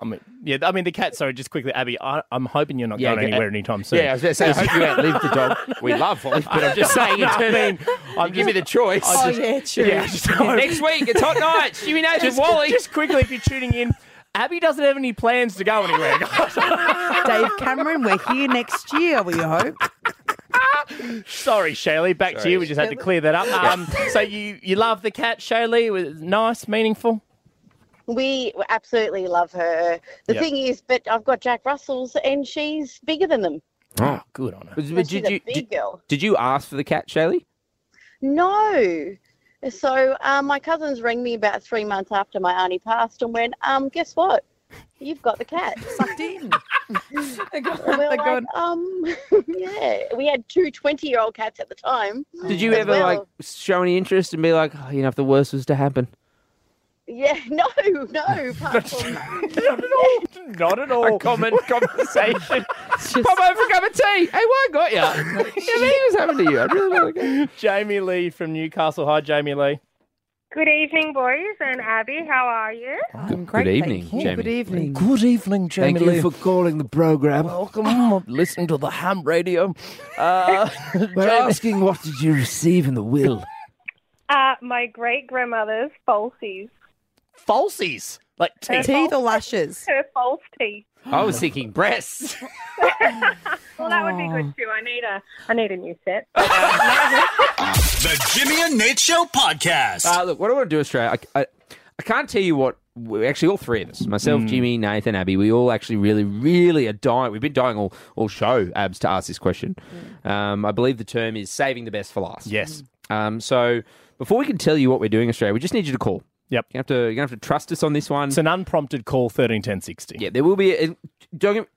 [SPEAKER 2] I mean, yeah. I mean, the cat. Sorry, just quickly, Abby. I, I'm hoping you're not
[SPEAKER 3] Yeah,
[SPEAKER 2] going
[SPEAKER 3] okay.
[SPEAKER 2] anywhere anytime soon.
[SPEAKER 3] Yeah, I was gonna say, I hope you outlive the dog. We love Holly, but I'm just saying, in
[SPEAKER 2] I
[SPEAKER 3] terms-
[SPEAKER 2] mean,
[SPEAKER 3] you give me the choice.
[SPEAKER 2] I
[SPEAKER 3] Oh, yeah, true.
[SPEAKER 2] yeah, I just hope-
[SPEAKER 3] Next week, it's Hot Nights, Jimmy Nash and
[SPEAKER 2] just,
[SPEAKER 3] Wally.
[SPEAKER 2] Just quickly, if you're tuning in, Abby doesn't have any plans to go anywhere.
[SPEAKER 10] Dave Cameron, we're here next year, we hope.
[SPEAKER 2] Sorry, Shaylee. Back to
[SPEAKER 3] Sorry.
[SPEAKER 2] you. We just had to clear that up. Um, so you you love the cat, Shaylee? It was nice, meaningful.
[SPEAKER 7] We absolutely love her. The
[SPEAKER 2] Yeah.
[SPEAKER 7] thing is, but I've got Jack Russell's and she's bigger than them.
[SPEAKER 3] Oh,
[SPEAKER 2] good on her.
[SPEAKER 7] So
[SPEAKER 3] Did
[SPEAKER 7] she's
[SPEAKER 3] you,
[SPEAKER 7] a big
[SPEAKER 3] did,
[SPEAKER 7] girl.
[SPEAKER 3] did you ask for the cat, Shaylee?
[SPEAKER 7] No. So uh, my cousins rang me about three months after my auntie passed and went, um, guess what? You've got the cat.
[SPEAKER 10] Sucked in.
[SPEAKER 7] they got, um, yeah. We had two 20 year old cats at the time.
[SPEAKER 10] Mm.
[SPEAKER 3] Did you
[SPEAKER 7] as
[SPEAKER 3] ever
[SPEAKER 7] well.
[SPEAKER 3] like show any interest and be like, oh, you know, if the worst was to happen?
[SPEAKER 7] Yeah, no, no. Apart from,
[SPEAKER 2] Not at all.
[SPEAKER 3] A common conversation. Pop over for a cup of tea. Hey, what got you? yeah, maybe it was happening to you. I really want to
[SPEAKER 2] Jamie Lee from Newcastle. Hi, Jamie Lee.
[SPEAKER 11] Good evening, boys and Abby. How are you?
[SPEAKER 2] I'm
[SPEAKER 3] great, Good evening, thank you. Jamie. Good
[SPEAKER 2] evening. Good evening, Jamie
[SPEAKER 3] Thank you
[SPEAKER 2] Lee.
[SPEAKER 3] for
[SPEAKER 2] calling the program. Welcome. Listen to the ham radio. Uh,
[SPEAKER 12] We're
[SPEAKER 2] Jamie-
[SPEAKER 12] asking what did you receive in the will?
[SPEAKER 11] Uh, my great grandmother's falsies.
[SPEAKER 2] Falsies? Like
[SPEAKER 11] Her
[SPEAKER 3] teeth?
[SPEAKER 11] false-
[SPEAKER 10] or lashes?
[SPEAKER 11] Her false teeth.
[SPEAKER 3] I was thinking breasts.
[SPEAKER 11] Well, that would be good too. I need a I need a new set.
[SPEAKER 9] The Jimmy and Nate Show podcast.
[SPEAKER 3] Uh, look, what I want to do, Australia, I, I, I can't tell you what. we- Actually, all three of us, myself, Jimmy, Nathan, Abby, we all actually really, really are dying. We've been dying all, all show, Abs, to ask this question. Um, I believe the term is saving the best for last.
[SPEAKER 2] Yes.
[SPEAKER 3] Um, so before we can tell you what we're doing, Australia, we just need you to call.
[SPEAKER 2] Yep.
[SPEAKER 3] You have to, you're going to have to trust us on this one. It's
[SPEAKER 2] an unprompted call, 13 10 60.
[SPEAKER 3] Yeah, there will be. A, don't get-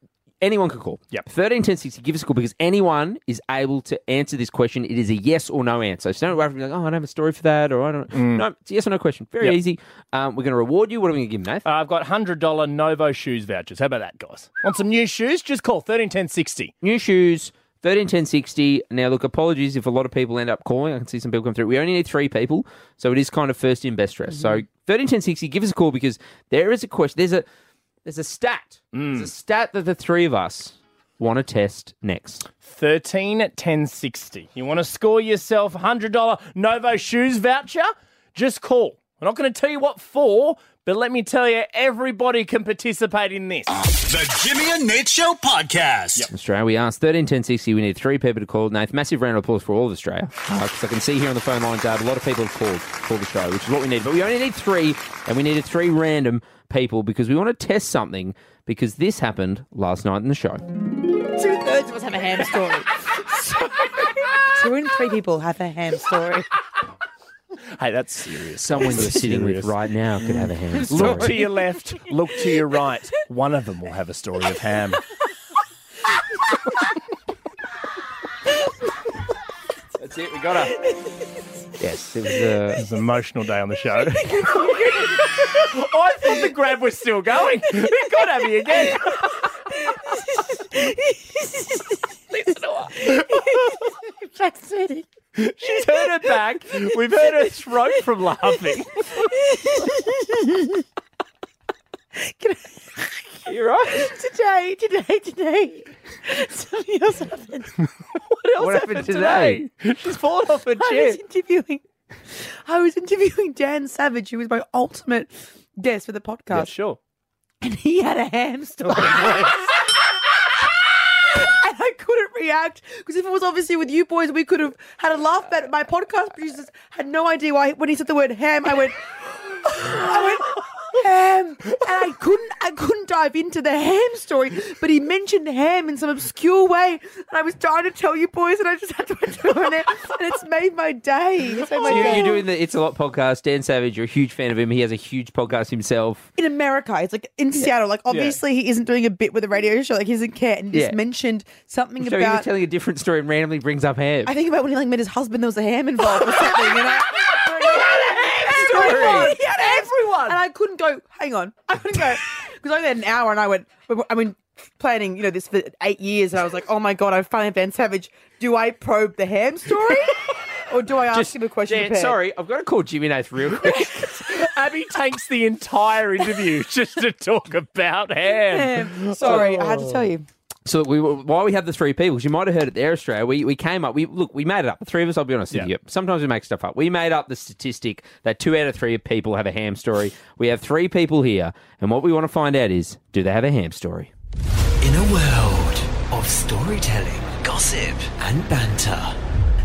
[SPEAKER 3] anyone could call.
[SPEAKER 2] Yep.
[SPEAKER 3] 13 10 60, give us a call because anyone is able to answer this question. It is a yes or no answer. So don't worry if you're like, oh, I don't have a story for that or I don't
[SPEAKER 2] Mm.
[SPEAKER 3] No, it's a yes or no question. Very
[SPEAKER 2] Yep.
[SPEAKER 3] easy. Um, we're going to reward you. What are we going to give, Nath?
[SPEAKER 2] Uh, I've got $100 Novo shoes vouchers. How about that, guys? Want some new shoes? Just call 131060.
[SPEAKER 3] New shoes, 13 10 60. Now, look, apologies if a lot of people end up calling. I can see some people come through. We only need three people, so it is kind of first in, best dressed. So 13 10 60, give us a call because there is a question. There's a there's a stat.
[SPEAKER 2] Mm.
[SPEAKER 3] There's a stat that the three of us want to test next.
[SPEAKER 2] 13 at 1060. You want to score yourself a $100 Novo shoes voucher? Just call. I'm not going to tell you what for, but let me tell you, everybody can participate in this.
[SPEAKER 9] The Jimmy and Nate Show podcast.
[SPEAKER 3] Australia, we asked 13 10 60. We need three people to call. Nath, massive round of applause for all of Australia. Because I can see here on the phone lines, uh, a lot of people have called for the show, which is what we need. But we only need three, and we needed three random people because we want to test something because this happened last night in the show.
[SPEAKER 10] Two thirds of us have a ham story. Two in three people have a ham story.
[SPEAKER 2] Hey, that's serious.
[SPEAKER 3] Someone you're sitting with right now could have a ham.
[SPEAKER 2] Look to your left, look to your right. One of them will have a story of ham.
[SPEAKER 3] That's it, we got her.
[SPEAKER 2] Yes, it was, a...
[SPEAKER 3] uh,
[SPEAKER 2] it was an emotional day on the show. I thought the grab was still going. It got at me again.
[SPEAKER 10] Backseating.
[SPEAKER 2] She's heard her back. We've heard her throat from laughing.
[SPEAKER 10] You're right. Today, today, today. Something else happened. What else
[SPEAKER 2] What happened today? She's fallen off her
[SPEAKER 10] I was interviewing. I was interviewing Dan Savage, who was my ultimate guest for the podcast.
[SPEAKER 2] Yeah, sure.
[SPEAKER 10] And he had a ham story. and I couldn't react because if it was obviously with you boys, we could have had a laugh. But my podcast producers had no idea why. When he said the word ham, I went, I went ham, and I couldn't, I couldn't dive into the ham story. But he mentioned ham in some obscure way, and I was trying to tell you boys, and I just had to return it, and it's made my day. It's made my
[SPEAKER 3] So you,
[SPEAKER 10] day.
[SPEAKER 3] you're doing the It's a Lot podcast. Dan Savage, you're a huge fan of him. He has a huge podcast himself.
[SPEAKER 10] in America. It's like in Seattle. Like
[SPEAKER 3] Yeah.
[SPEAKER 10] obviously he isn't doing a bit with a radio show. Like he doesn't care. And he just
[SPEAKER 3] Yeah.
[SPEAKER 10] mentioned something
[SPEAKER 3] So you're
[SPEAKER 10] about.
[SPEAKER 3] telling a different story and randomly brings up ham.
[SPEAKER 10] I think about when he like met his husband. There was a ham involved or something. You know.
[SPEAKER 3] story.
[SPEAKER 10] Everyone, he had everyone, and I couldn't go. Hang on, I couldn't go because I had an hour, and I went. I mean, planning you know this for eight years, and I was like, oh my god, I finally Dan Savage. Do I probe the ham story, or do I ask him a question?
[SPEAKER 3] Dan,
[SPEAKER 10] prepared?
[SPEAKER 3] sorry, I've got to call Jimmy Nath real quick.
[SPEAKER 2] Abby takes the entire interview just to talk about ham.
[SPEAKER 10] Ham. Sorry, I had
[SPEAKER 3] Oh.
[SPEAKER 10] to tell you.
[SPEAKER 3] So we were, while we had the three people, 'cause you might have heard it there, Australia. We, we came up. We look, we made it up. The three of us. I'll be honest with you. Sometimes we make stuff up. We made up the statistic that two out of three people have a ham story. We have three people here, and what we want to find out is, do they have a ham story?
[SPEAKER 9] In a world of storytelling, gossip, and banter,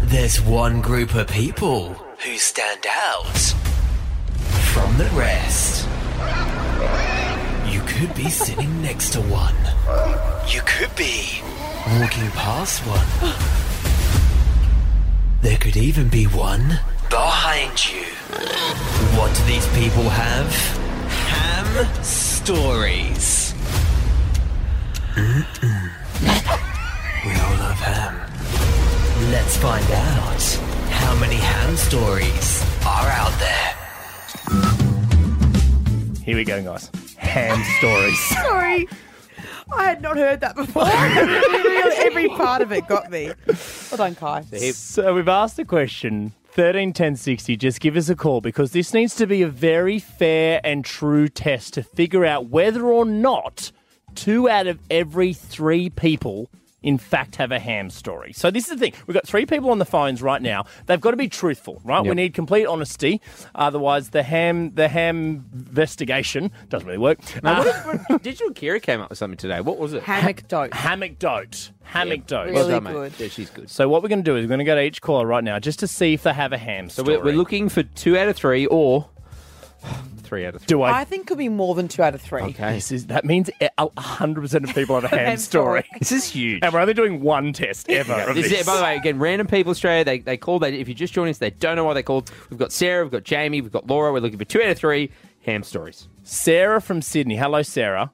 [SPEAKER 9] there's one group of people who stand out from the rest. You could be sitting next to one. You could be walking past one. There could even be one behind you. What do these people have? Ham stories. We all love ham. Let's find out how many ham stories are out there.
[SPEAKER 2] Here we go, guys. Ham stories.
[SPEAKER 10] Sorry. I had not heard that before. Literally Every part of it got me. Well done, Kai.
[SPEAKER 2] So we've asked the question. 13 10 60, just give us a call because this needs to be a very fair and true test to figure out whether or not two out of every three people, in fact, have a ham story. So, this is the thing we've got three people on the phones right now. They've got to be truthful, right? We
[SPEAKER 13] Yep.
[SPEAKER 2] need complete honesty. Otherwise, the ham the ham investigation doesn't really work. Uh,
[SPEAKER 3] Now, what if- Digital Kira came up with something today. What was it?
[SPEAKER 10] dote.
[SPEAKER 2] Hammock dote. Hammock dote.
[SPEAKER 3] Well done, mate. Yeah, she's good.
[SPEAKER 2] So what we're going to do is we're going to go to each caller right now just to see if they have a ham
[SPEAKER 3] So
[SPEAKER 2] story.
[SPEAKER 3] we're, we're looking for two out of three or three out of three.
[SPEAKER 2] Do I?
[SPEAKER 10] I think could be more than two out of three.
[SPEAKER 2] Okay. This is, that means e- a 100% of people have a ham,
[SPEAKER 10] Ham
[SPEAKER 2] story.
[SPEAKER 10] story.
[SPEAKER 2] This is huge. And we're only doing one test ever.
[SPEAKER 3] Yeah,
[SPEAKER 2] of
[SPEAKER 3] this is
[SPEAKER 2] this.
[SPEAKER 3] it. By the way, again, random people Australia, they, they call. They, if you just joined us, they don't know why they called. We've got Sarah, we've got Jamie, we've got Laura. We're looking for two out of three ham stories.
[SPEAKER 2] Sarah from Sydney. Hello, Sarah.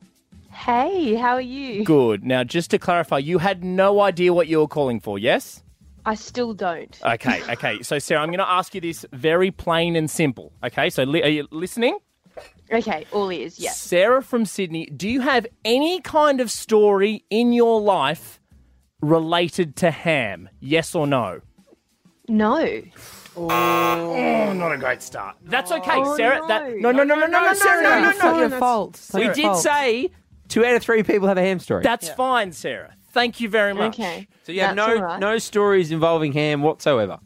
[SPEAKER 14] Hey, how are you?
[SPEAKER 2] Good. Now, just to clarify, you had no idea what you were calling for, yes?
[SPEAKER 14] I still don't.
[SPEAKER 2] Okay, okay. So, Sarah, I'm going to ask you this very plain and simple. Okay, so li- are you listening?
[SPEAKER 14] Okay, all ears, yes.
[SPEAKER 2] Sarah from Sydney, do you have any kind of story in your life related to ham? Yes or no?
[SPEAKER 14] No.
[SPEAKER 2] Oh, not a great start. That's okay,
[SPEAKER 14] Oh,
[SPEAKER 2] Sarah.
[SPEAKER 14] no.
[SPEAKER 2] That no, no, no, no, no, no, Sarah. No, no,
[SPEAKER 10] It's not
[SPEAKER 2] no,
[SPEAKER 10] your
[SPEAKER 2] that's-
[SPEAKER 10] fault. It's not
[SPEAKER 3] We
[SPEAKER 10] your
[SPEAKER 3] did
[SPEAKER 10] fault.
[SPEAKER 3] say two out of three people have a ham story.
[SPEAKER 2] That's fine, Sarah. Thank you very much.
[SPEAKER 14] Okay.
[SPEAKER 3] so you have
[SPEAKER 14] That's
[SPEAKER 3] no
[SPEAKER 14] all right.
[SPEAKER 3] no stories involving ham whatsoever.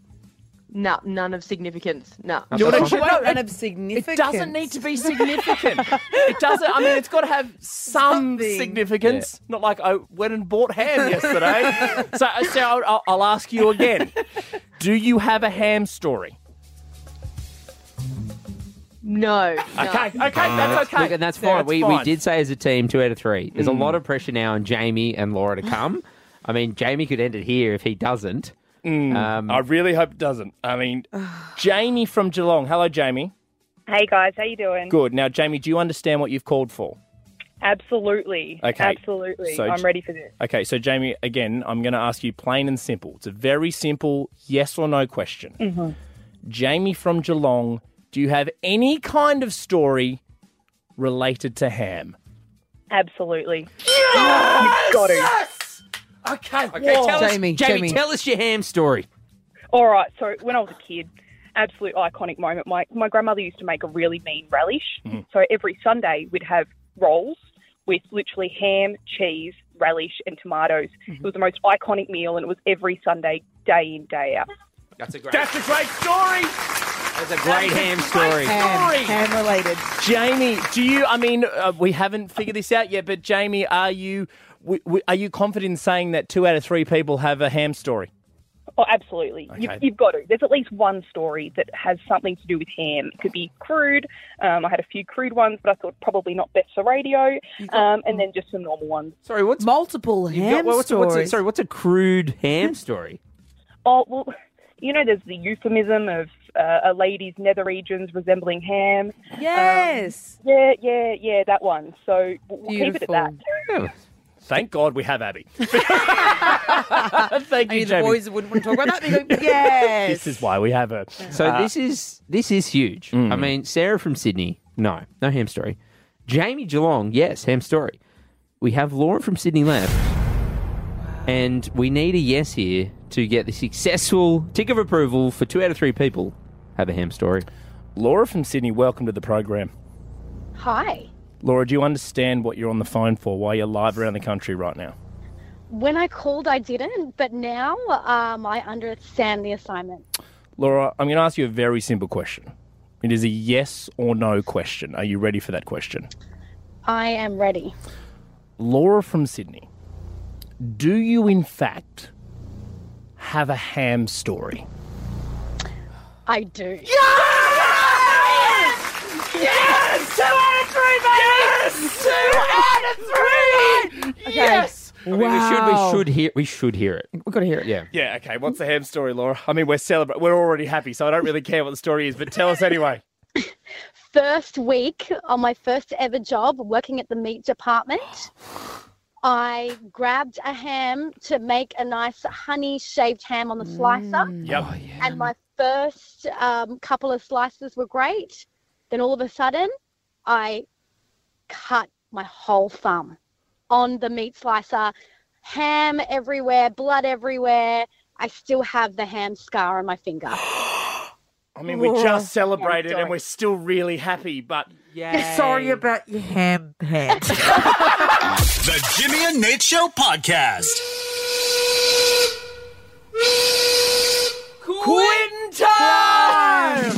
[SPEAKER 14] No, none of significance. No.
[SPEAKER 3] You know what I should- no,
[SPEAKER 10] None of significance.
[SPEAKER 2] It doesn't need to be significant. it doesn't. I mean, it's got to have some significance. Not like I went and bought ham yesterday. so, uh, so I'll- I'll, I'll ask you again: Do you have a ham story?
[SPEAKER 14] No. no.
[SPEAKER 2] Okay, okay, that's okay.
[SPEAKER 3] Uh, Look, and that's fine. we, we did say as a team two out of three. There's
[SPEAKER 2] Mm.
[SPEAKER 3] a lot of pressure now on Jamie and Laura to come. I mean, Jamie could end it here if he doesn't. Um,
[SPEAKER 2] Mm, I really hope it doesn't. I mean, Jamie from Geelong. Hello, Jamie.
[SPEAKER 6] Hey guys, how you doing?
[SPEAKER 2] Good. Now, Jamie, do you understand what you've called for?
[SPEAKER 6] Absolutely.
[SPEAKER 2] Okay.
[SPEAKER 6] Absolutely.
[SPEAKER 2] So-
[SPEAKER 6] I'm ready for this.
[SPEAKER 2] Okay, so Jamie, again, I'm going to ask you plain and simple. It's a very simple yes or no question.
[SPEAKER 6] Mhm.
[SPEAKER 2] Jamie from Geelong, do you have any kind of story related to ham?
[SPEAKER 6] Absolutely. You've got to.
[SPEAKER 2] Okay.
[SPEAKER 3] okay,
[SPEAKER 6] whoa.
[SPEAKER 3] tell us, Jamie,
[SPEAKER 6] Jamie, Jamie.
[SPEAKER 3] tell us your ham story.
[SPEAKER 6] All right. So when I was a kid, absolute iconic moment. My my grandmother used to make a really mean relish.
[SPEAKER 2] Hmm.
[SPEAKER 3] Mhm.
[SPEAKER 6] So every Sunday we'd have rolls with literally ham, cheese, relish, and tomatoes. It was the most iconic meal, and it was every Sunday, day in day out.
[SPEAKER 3] That's a great.
[SPEAKER 2] That's a great story.
[SPEAKER 3] That's a
[SPEAKER 2] great ham story.
[SPEAKER 10] Ham, ham related.
[SPEAKER 2] Jamie, do you? I mean, uh, we haven't figured this out yet, but Jamie, are you w- w- are you confident in saying that two out of three people have a ham story?
[SPEAKER 6] Oh, absolutely. You,
[SPEAKER 2] Okay.
[SPEAKER 6] you've got to. There's at least one story that has something to do with ham. It could be crude. Um, I had a few crude ones, but I thought probably not best for radio. Um, and then just some normal ones.
[SPEAKER 3] Sorry, what's
[SPEAKER 10] multiple
[SPEAKER 3] You've got-
[SPEAKER 10] ham
[SPEAKER 3] what's, a- what's a,
[SPEAKER 10] stories?
[SPEAKER 3] sorry, what's a crude ham story?
[SPEAKER 6] Oh, well, you know, there's the euphemism of uh, a lady's nether regions resembling ham. Um,
[SPEAKER 10] Yes.
[SPEAKER 6] yeah, yeah, yeah, that one. So we'll we'll keep it at that.
[SPEAKER 10] Beautiful.
[SPEAKER 2] Thank God we have Abby. Thank you,
[SPEAKER 10] the
[SPEAKER 2] Jamie.
[SPEAKER 10] boys wouldn't want to talk about that. They go, yes.
[SPEAKER 2] This is why we have her.
[SPEAKER 3] So
[SPEAKER 2] Uh, Mm.
[SPEAKER 3] this is this is huge. I mean, Sarah from Sydney, no, no ham story. Jamie Geelong, yes, ham story. We have Laura from Sydney left, and we need a yes here to get the successful tick of approval for two out of three people have a ham story.
[SPEAKER 2] Laura from Sydney, welcome to the program.
[SPEAKER 14] Hi.
[SPEAKER 2] Laura, do you understand what you're on the phone for? Why you're live around the country right now?
[SPEAKER 14] When I called, I didn't, but now um, I understand the assignment.
[SPEAKER 2] Laura, I'm going to ask you a very simple question. It is a yes or no question. Are you ready for that question?
[SPEAKER 14] I am ready.
[SPEAKER 2] Laura from Sydney, do you in fact have a ham story?
[SPEAKER 14] I do.
[SPEAKER 16] Yes! Two out of three, baby! Yes! Two out of three! Yes!
[SPEAKER 3] I mean,
[SPEAKER 2] Wow.
[SPEAKER 3] we should we should hear we should hear it.
[SPEAKER 10] We've got to hear it.
[SPEAKER 3] Yeah.
[SPEAKER 2] Yeah, okay. What's the ham story, Laura? I mean, we're celebrating. We're already happy, so I don't really care what the story is, but tell us anyway.
[SPEAKER 14] First week on my first ever job working at the meat department, I grabbed a ham to make a nice honey shaved ham on the slicer.
[SPEAKER 6] Mm.
[SPEAKER 2] Yep.
[SPEAKER 14] and my first um, couple of slices were great. Then all of a sudden, I cut my whole thumb on the meat slicer, ham everywhere, blood everywhere. I still have the ham scar on my finger.
[SPEAKER 2] I mean, we
[SPEAKER 14] Laura.
[SPEAKER 2] just celebrated and we're still really happy, but
[SPEAKER 10] Sorry about your ham ham.
[SPEAKER 9] The Jimmy and Nate Show Podcast.
[SPEAKER 2] Quitting time!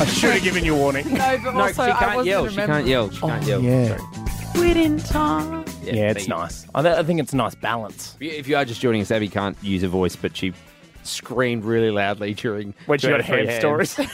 [SPEAKER 2] I should have given you a warning.
[SPEAKER 10] No, but
[SPEAKER 3] No,
[SPEAKER 10] also
[SPEAKER 3] she
[SPEAKER 10] I
[SPEAKER 3] can't
[SPEAKER 10] wasn't
[SPEAKER 3] yell. She can't yell. She can't yell.
[SPEAKER 2] Oh, yeah.
[SPEAKER 3] Sorry.
[SPEAKER 10] Quitting time.
[SPEAKER 2] Yeah, it's nice. I, th- I think it's a nice balance.
[SPEAKER 3] If you- If you are just joining us, Abby can't use her voice, but she screamed really loudly during
[SPEAKER 2] When she
[SPEAKER 3] during
[SPEAKER 2] got
[SPEAKER 3] free
[SPEAKER 2] ham stories.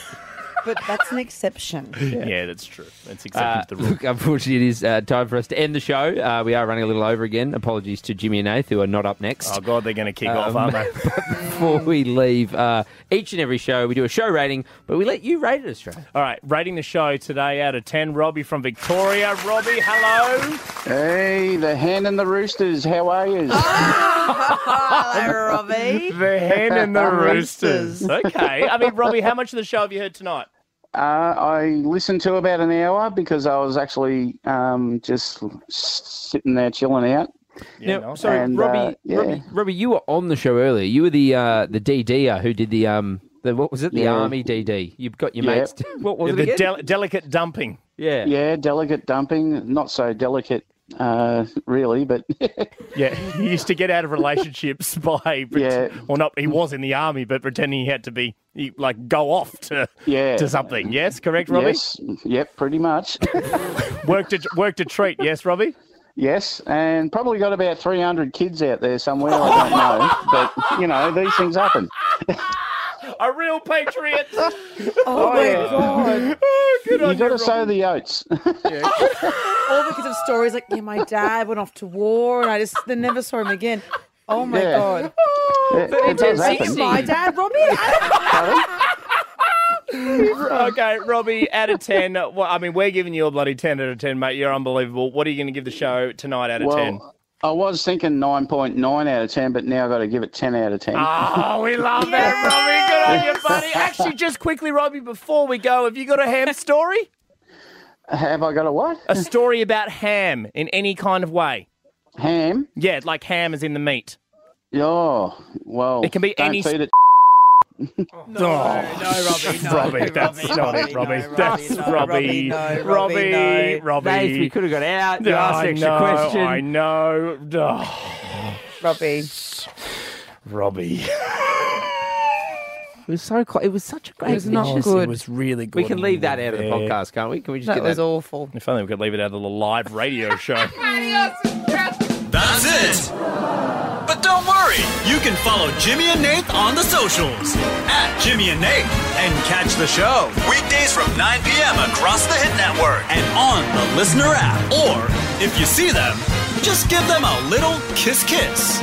[SPEAKER 10] But that's an exception.
[SPEAKER 3] Yeah.
[SPEAKER 2] that's true. That's
[SPEAKER 3] Uh, look, unfortunately, it is uh, time for us to end the show. Uh, we are running a little over again. Apologies to Jimmy and Nath, who are not up next. Um,
[SPEAKER 2] Oh, God, they're going to kick off, aren't they?
[SPEAKER 3] before we leave, uh, each and every show, we do a show rating, but we let you rate it, Australia.
[SPEAKER 2] All right, rating the show today out of 10. Robbie from Victoria. Robbie, hello.
[SPEAKER 13] Hey, the hen and the roosters, how are you?
[SPEAKER 10] Robbie.
[SPEAKER 2] The hen and the roosters. Okay. I mean, Robbie, how much of the show have you heard tonight?
[SPEAKER 13] Uh, I listened to about an hour because I was actually um, just sitting there chilling out.
[SPEAKER 3] Yeah,
[SPEAKER 2] nice.
[SPEAKER 3] sorry,
[SPEAKER 2] And,
[SPEAKER 3] Robbie,
[SPEAKER 2] uh, yeah.
[SPEAKER 3] Robbie. Robbie, you were on the show earlier. You were the uh, the DDer who did the um the what was it? The
[SPEAKER 2] Yeah.
[SPEAKER 3] army DD. You've got your
[SPEAKER 2] Yeah.
[SPEAKER 3] mates. What was
[SPEAKER 2] Yeah,
[SPEAKER 3] it
[SPEAKER 2] the
[SPEAKER 3] again?
[SPEAKER 2] del- delicate dumping.
[SPEAKER 3] Yeah.
[SPEAKER 17] Yeah, delicate dumping. Not so delicate, uh, really, but
[SPEAKER 2] Yeah, he used to get out of relationships by, yeah. or not. He was in the army, but pretending he had to be he, like go off to
[SPEAKER 17] Yeah.
[SPEAKER 2] to something. Yes, correct, Robbie.
[SPEAKER 17] Yes. Yep, pretty much.
[SPEAKER 2] worked a, worked a treat. Yes, Robbie.
[SPEAKER 17] yes, and probably got about 300 kids out there somewhere. I don't know, but you know, these things happen.
[SPEAKER 2] A real patriot. oh,
[SPEAKER 17] my yeah. God.
[SPEAKER 2] Oh,
[SPEAKER 17] you
[SPEAKER 2] good on
[SPEAKER 17] got
[SPEAKER 2] you.
[SPEAKER 17] to sow the oats.
[SPEAKER 10] All because of stories like, yeah, my dad went off to war and I just then never saw him again. Oh my
[SPEAKER 17] Yeah.
[SPEAKER 10] god.
[SPEAKER 17] It- it does
[SPEAKER 10] Are you
[SPEAKER 17] happen.
[SPEAKER 10] my dad, Robbie?
[SPEAKER 2] okay, Robbie, out of 10, well, I mean, we're giving you a bloody 10 out of 10, mate. You're unbelievable. What are you going to give the show tonight out of 10?
[SPEAKER 17] Well, I was thinking 9.9 out of 10, but now I've got to give it 10 out of 10.
[SPEAKER 2] Oh, we love that, Robbie. Good on you, buddy. Actually, just quickly, Robbie, before we go, have you got a ham story?
[SPEAKER 17] Have I got a what?
[SPEAKER 2] A story about ham in any kind of way.
[SPEAKER 17] Ham?
[SPEAKER 2] Yeah, like ham is in the meat.
[SPEAKER 17] Oh, well.
[SPEAKER 2] It can be
[SPEAKER 17] don't
[SPEAKER 2] any-
[SPEAKER 17] Feed it.
[SPEAKER 2] No, Robbie, no. Robbie, that's not it, Robbie. that's Robbie.
[SPEAKER 3] no, Robbie,
[SPEAKER 2] Robbie,
[SPEAKER 3] no.
[SPEAKER 2] Robbie.
[SPEAKER 3] Nath, we could have got out. You
[SPEAKER 2] I
[SPEAKER 3] asked extra
[SPEAKER 2] know,
[SPEAKER 3] question.
[SPEAKER 2] I know. Oh.
[SPEAKER 10] Robbie.
[SPEAKER 2] Robbie.
[SPEAKER 3] It was so close. It was such a great.
[SPEAKER 10] It was not
[SPEAKER 3] picture.
[SPEAKER 10] good. It
[SPEAKER 2] was really
[SPEAKER 3] We can leave that out of the podcast, can't we? Can we just
[SPEAKER 10] That
[SPEAKER 3] get
[SPEAKER 10] was
[SPEAKER 3] that?
[SPEAKER 10] awful.
[SPEAKER 2] If only we could leave it out of the live radio show.
[SPEAKER 9] That's it. But don't worry, you can follow Jimmy and Nate on the socials at Jimmy and Nate and catch the show weekdays from 9 p.m. across the Hit Network and on the Listener app. Or if you see them, just give them a little kiss kiss.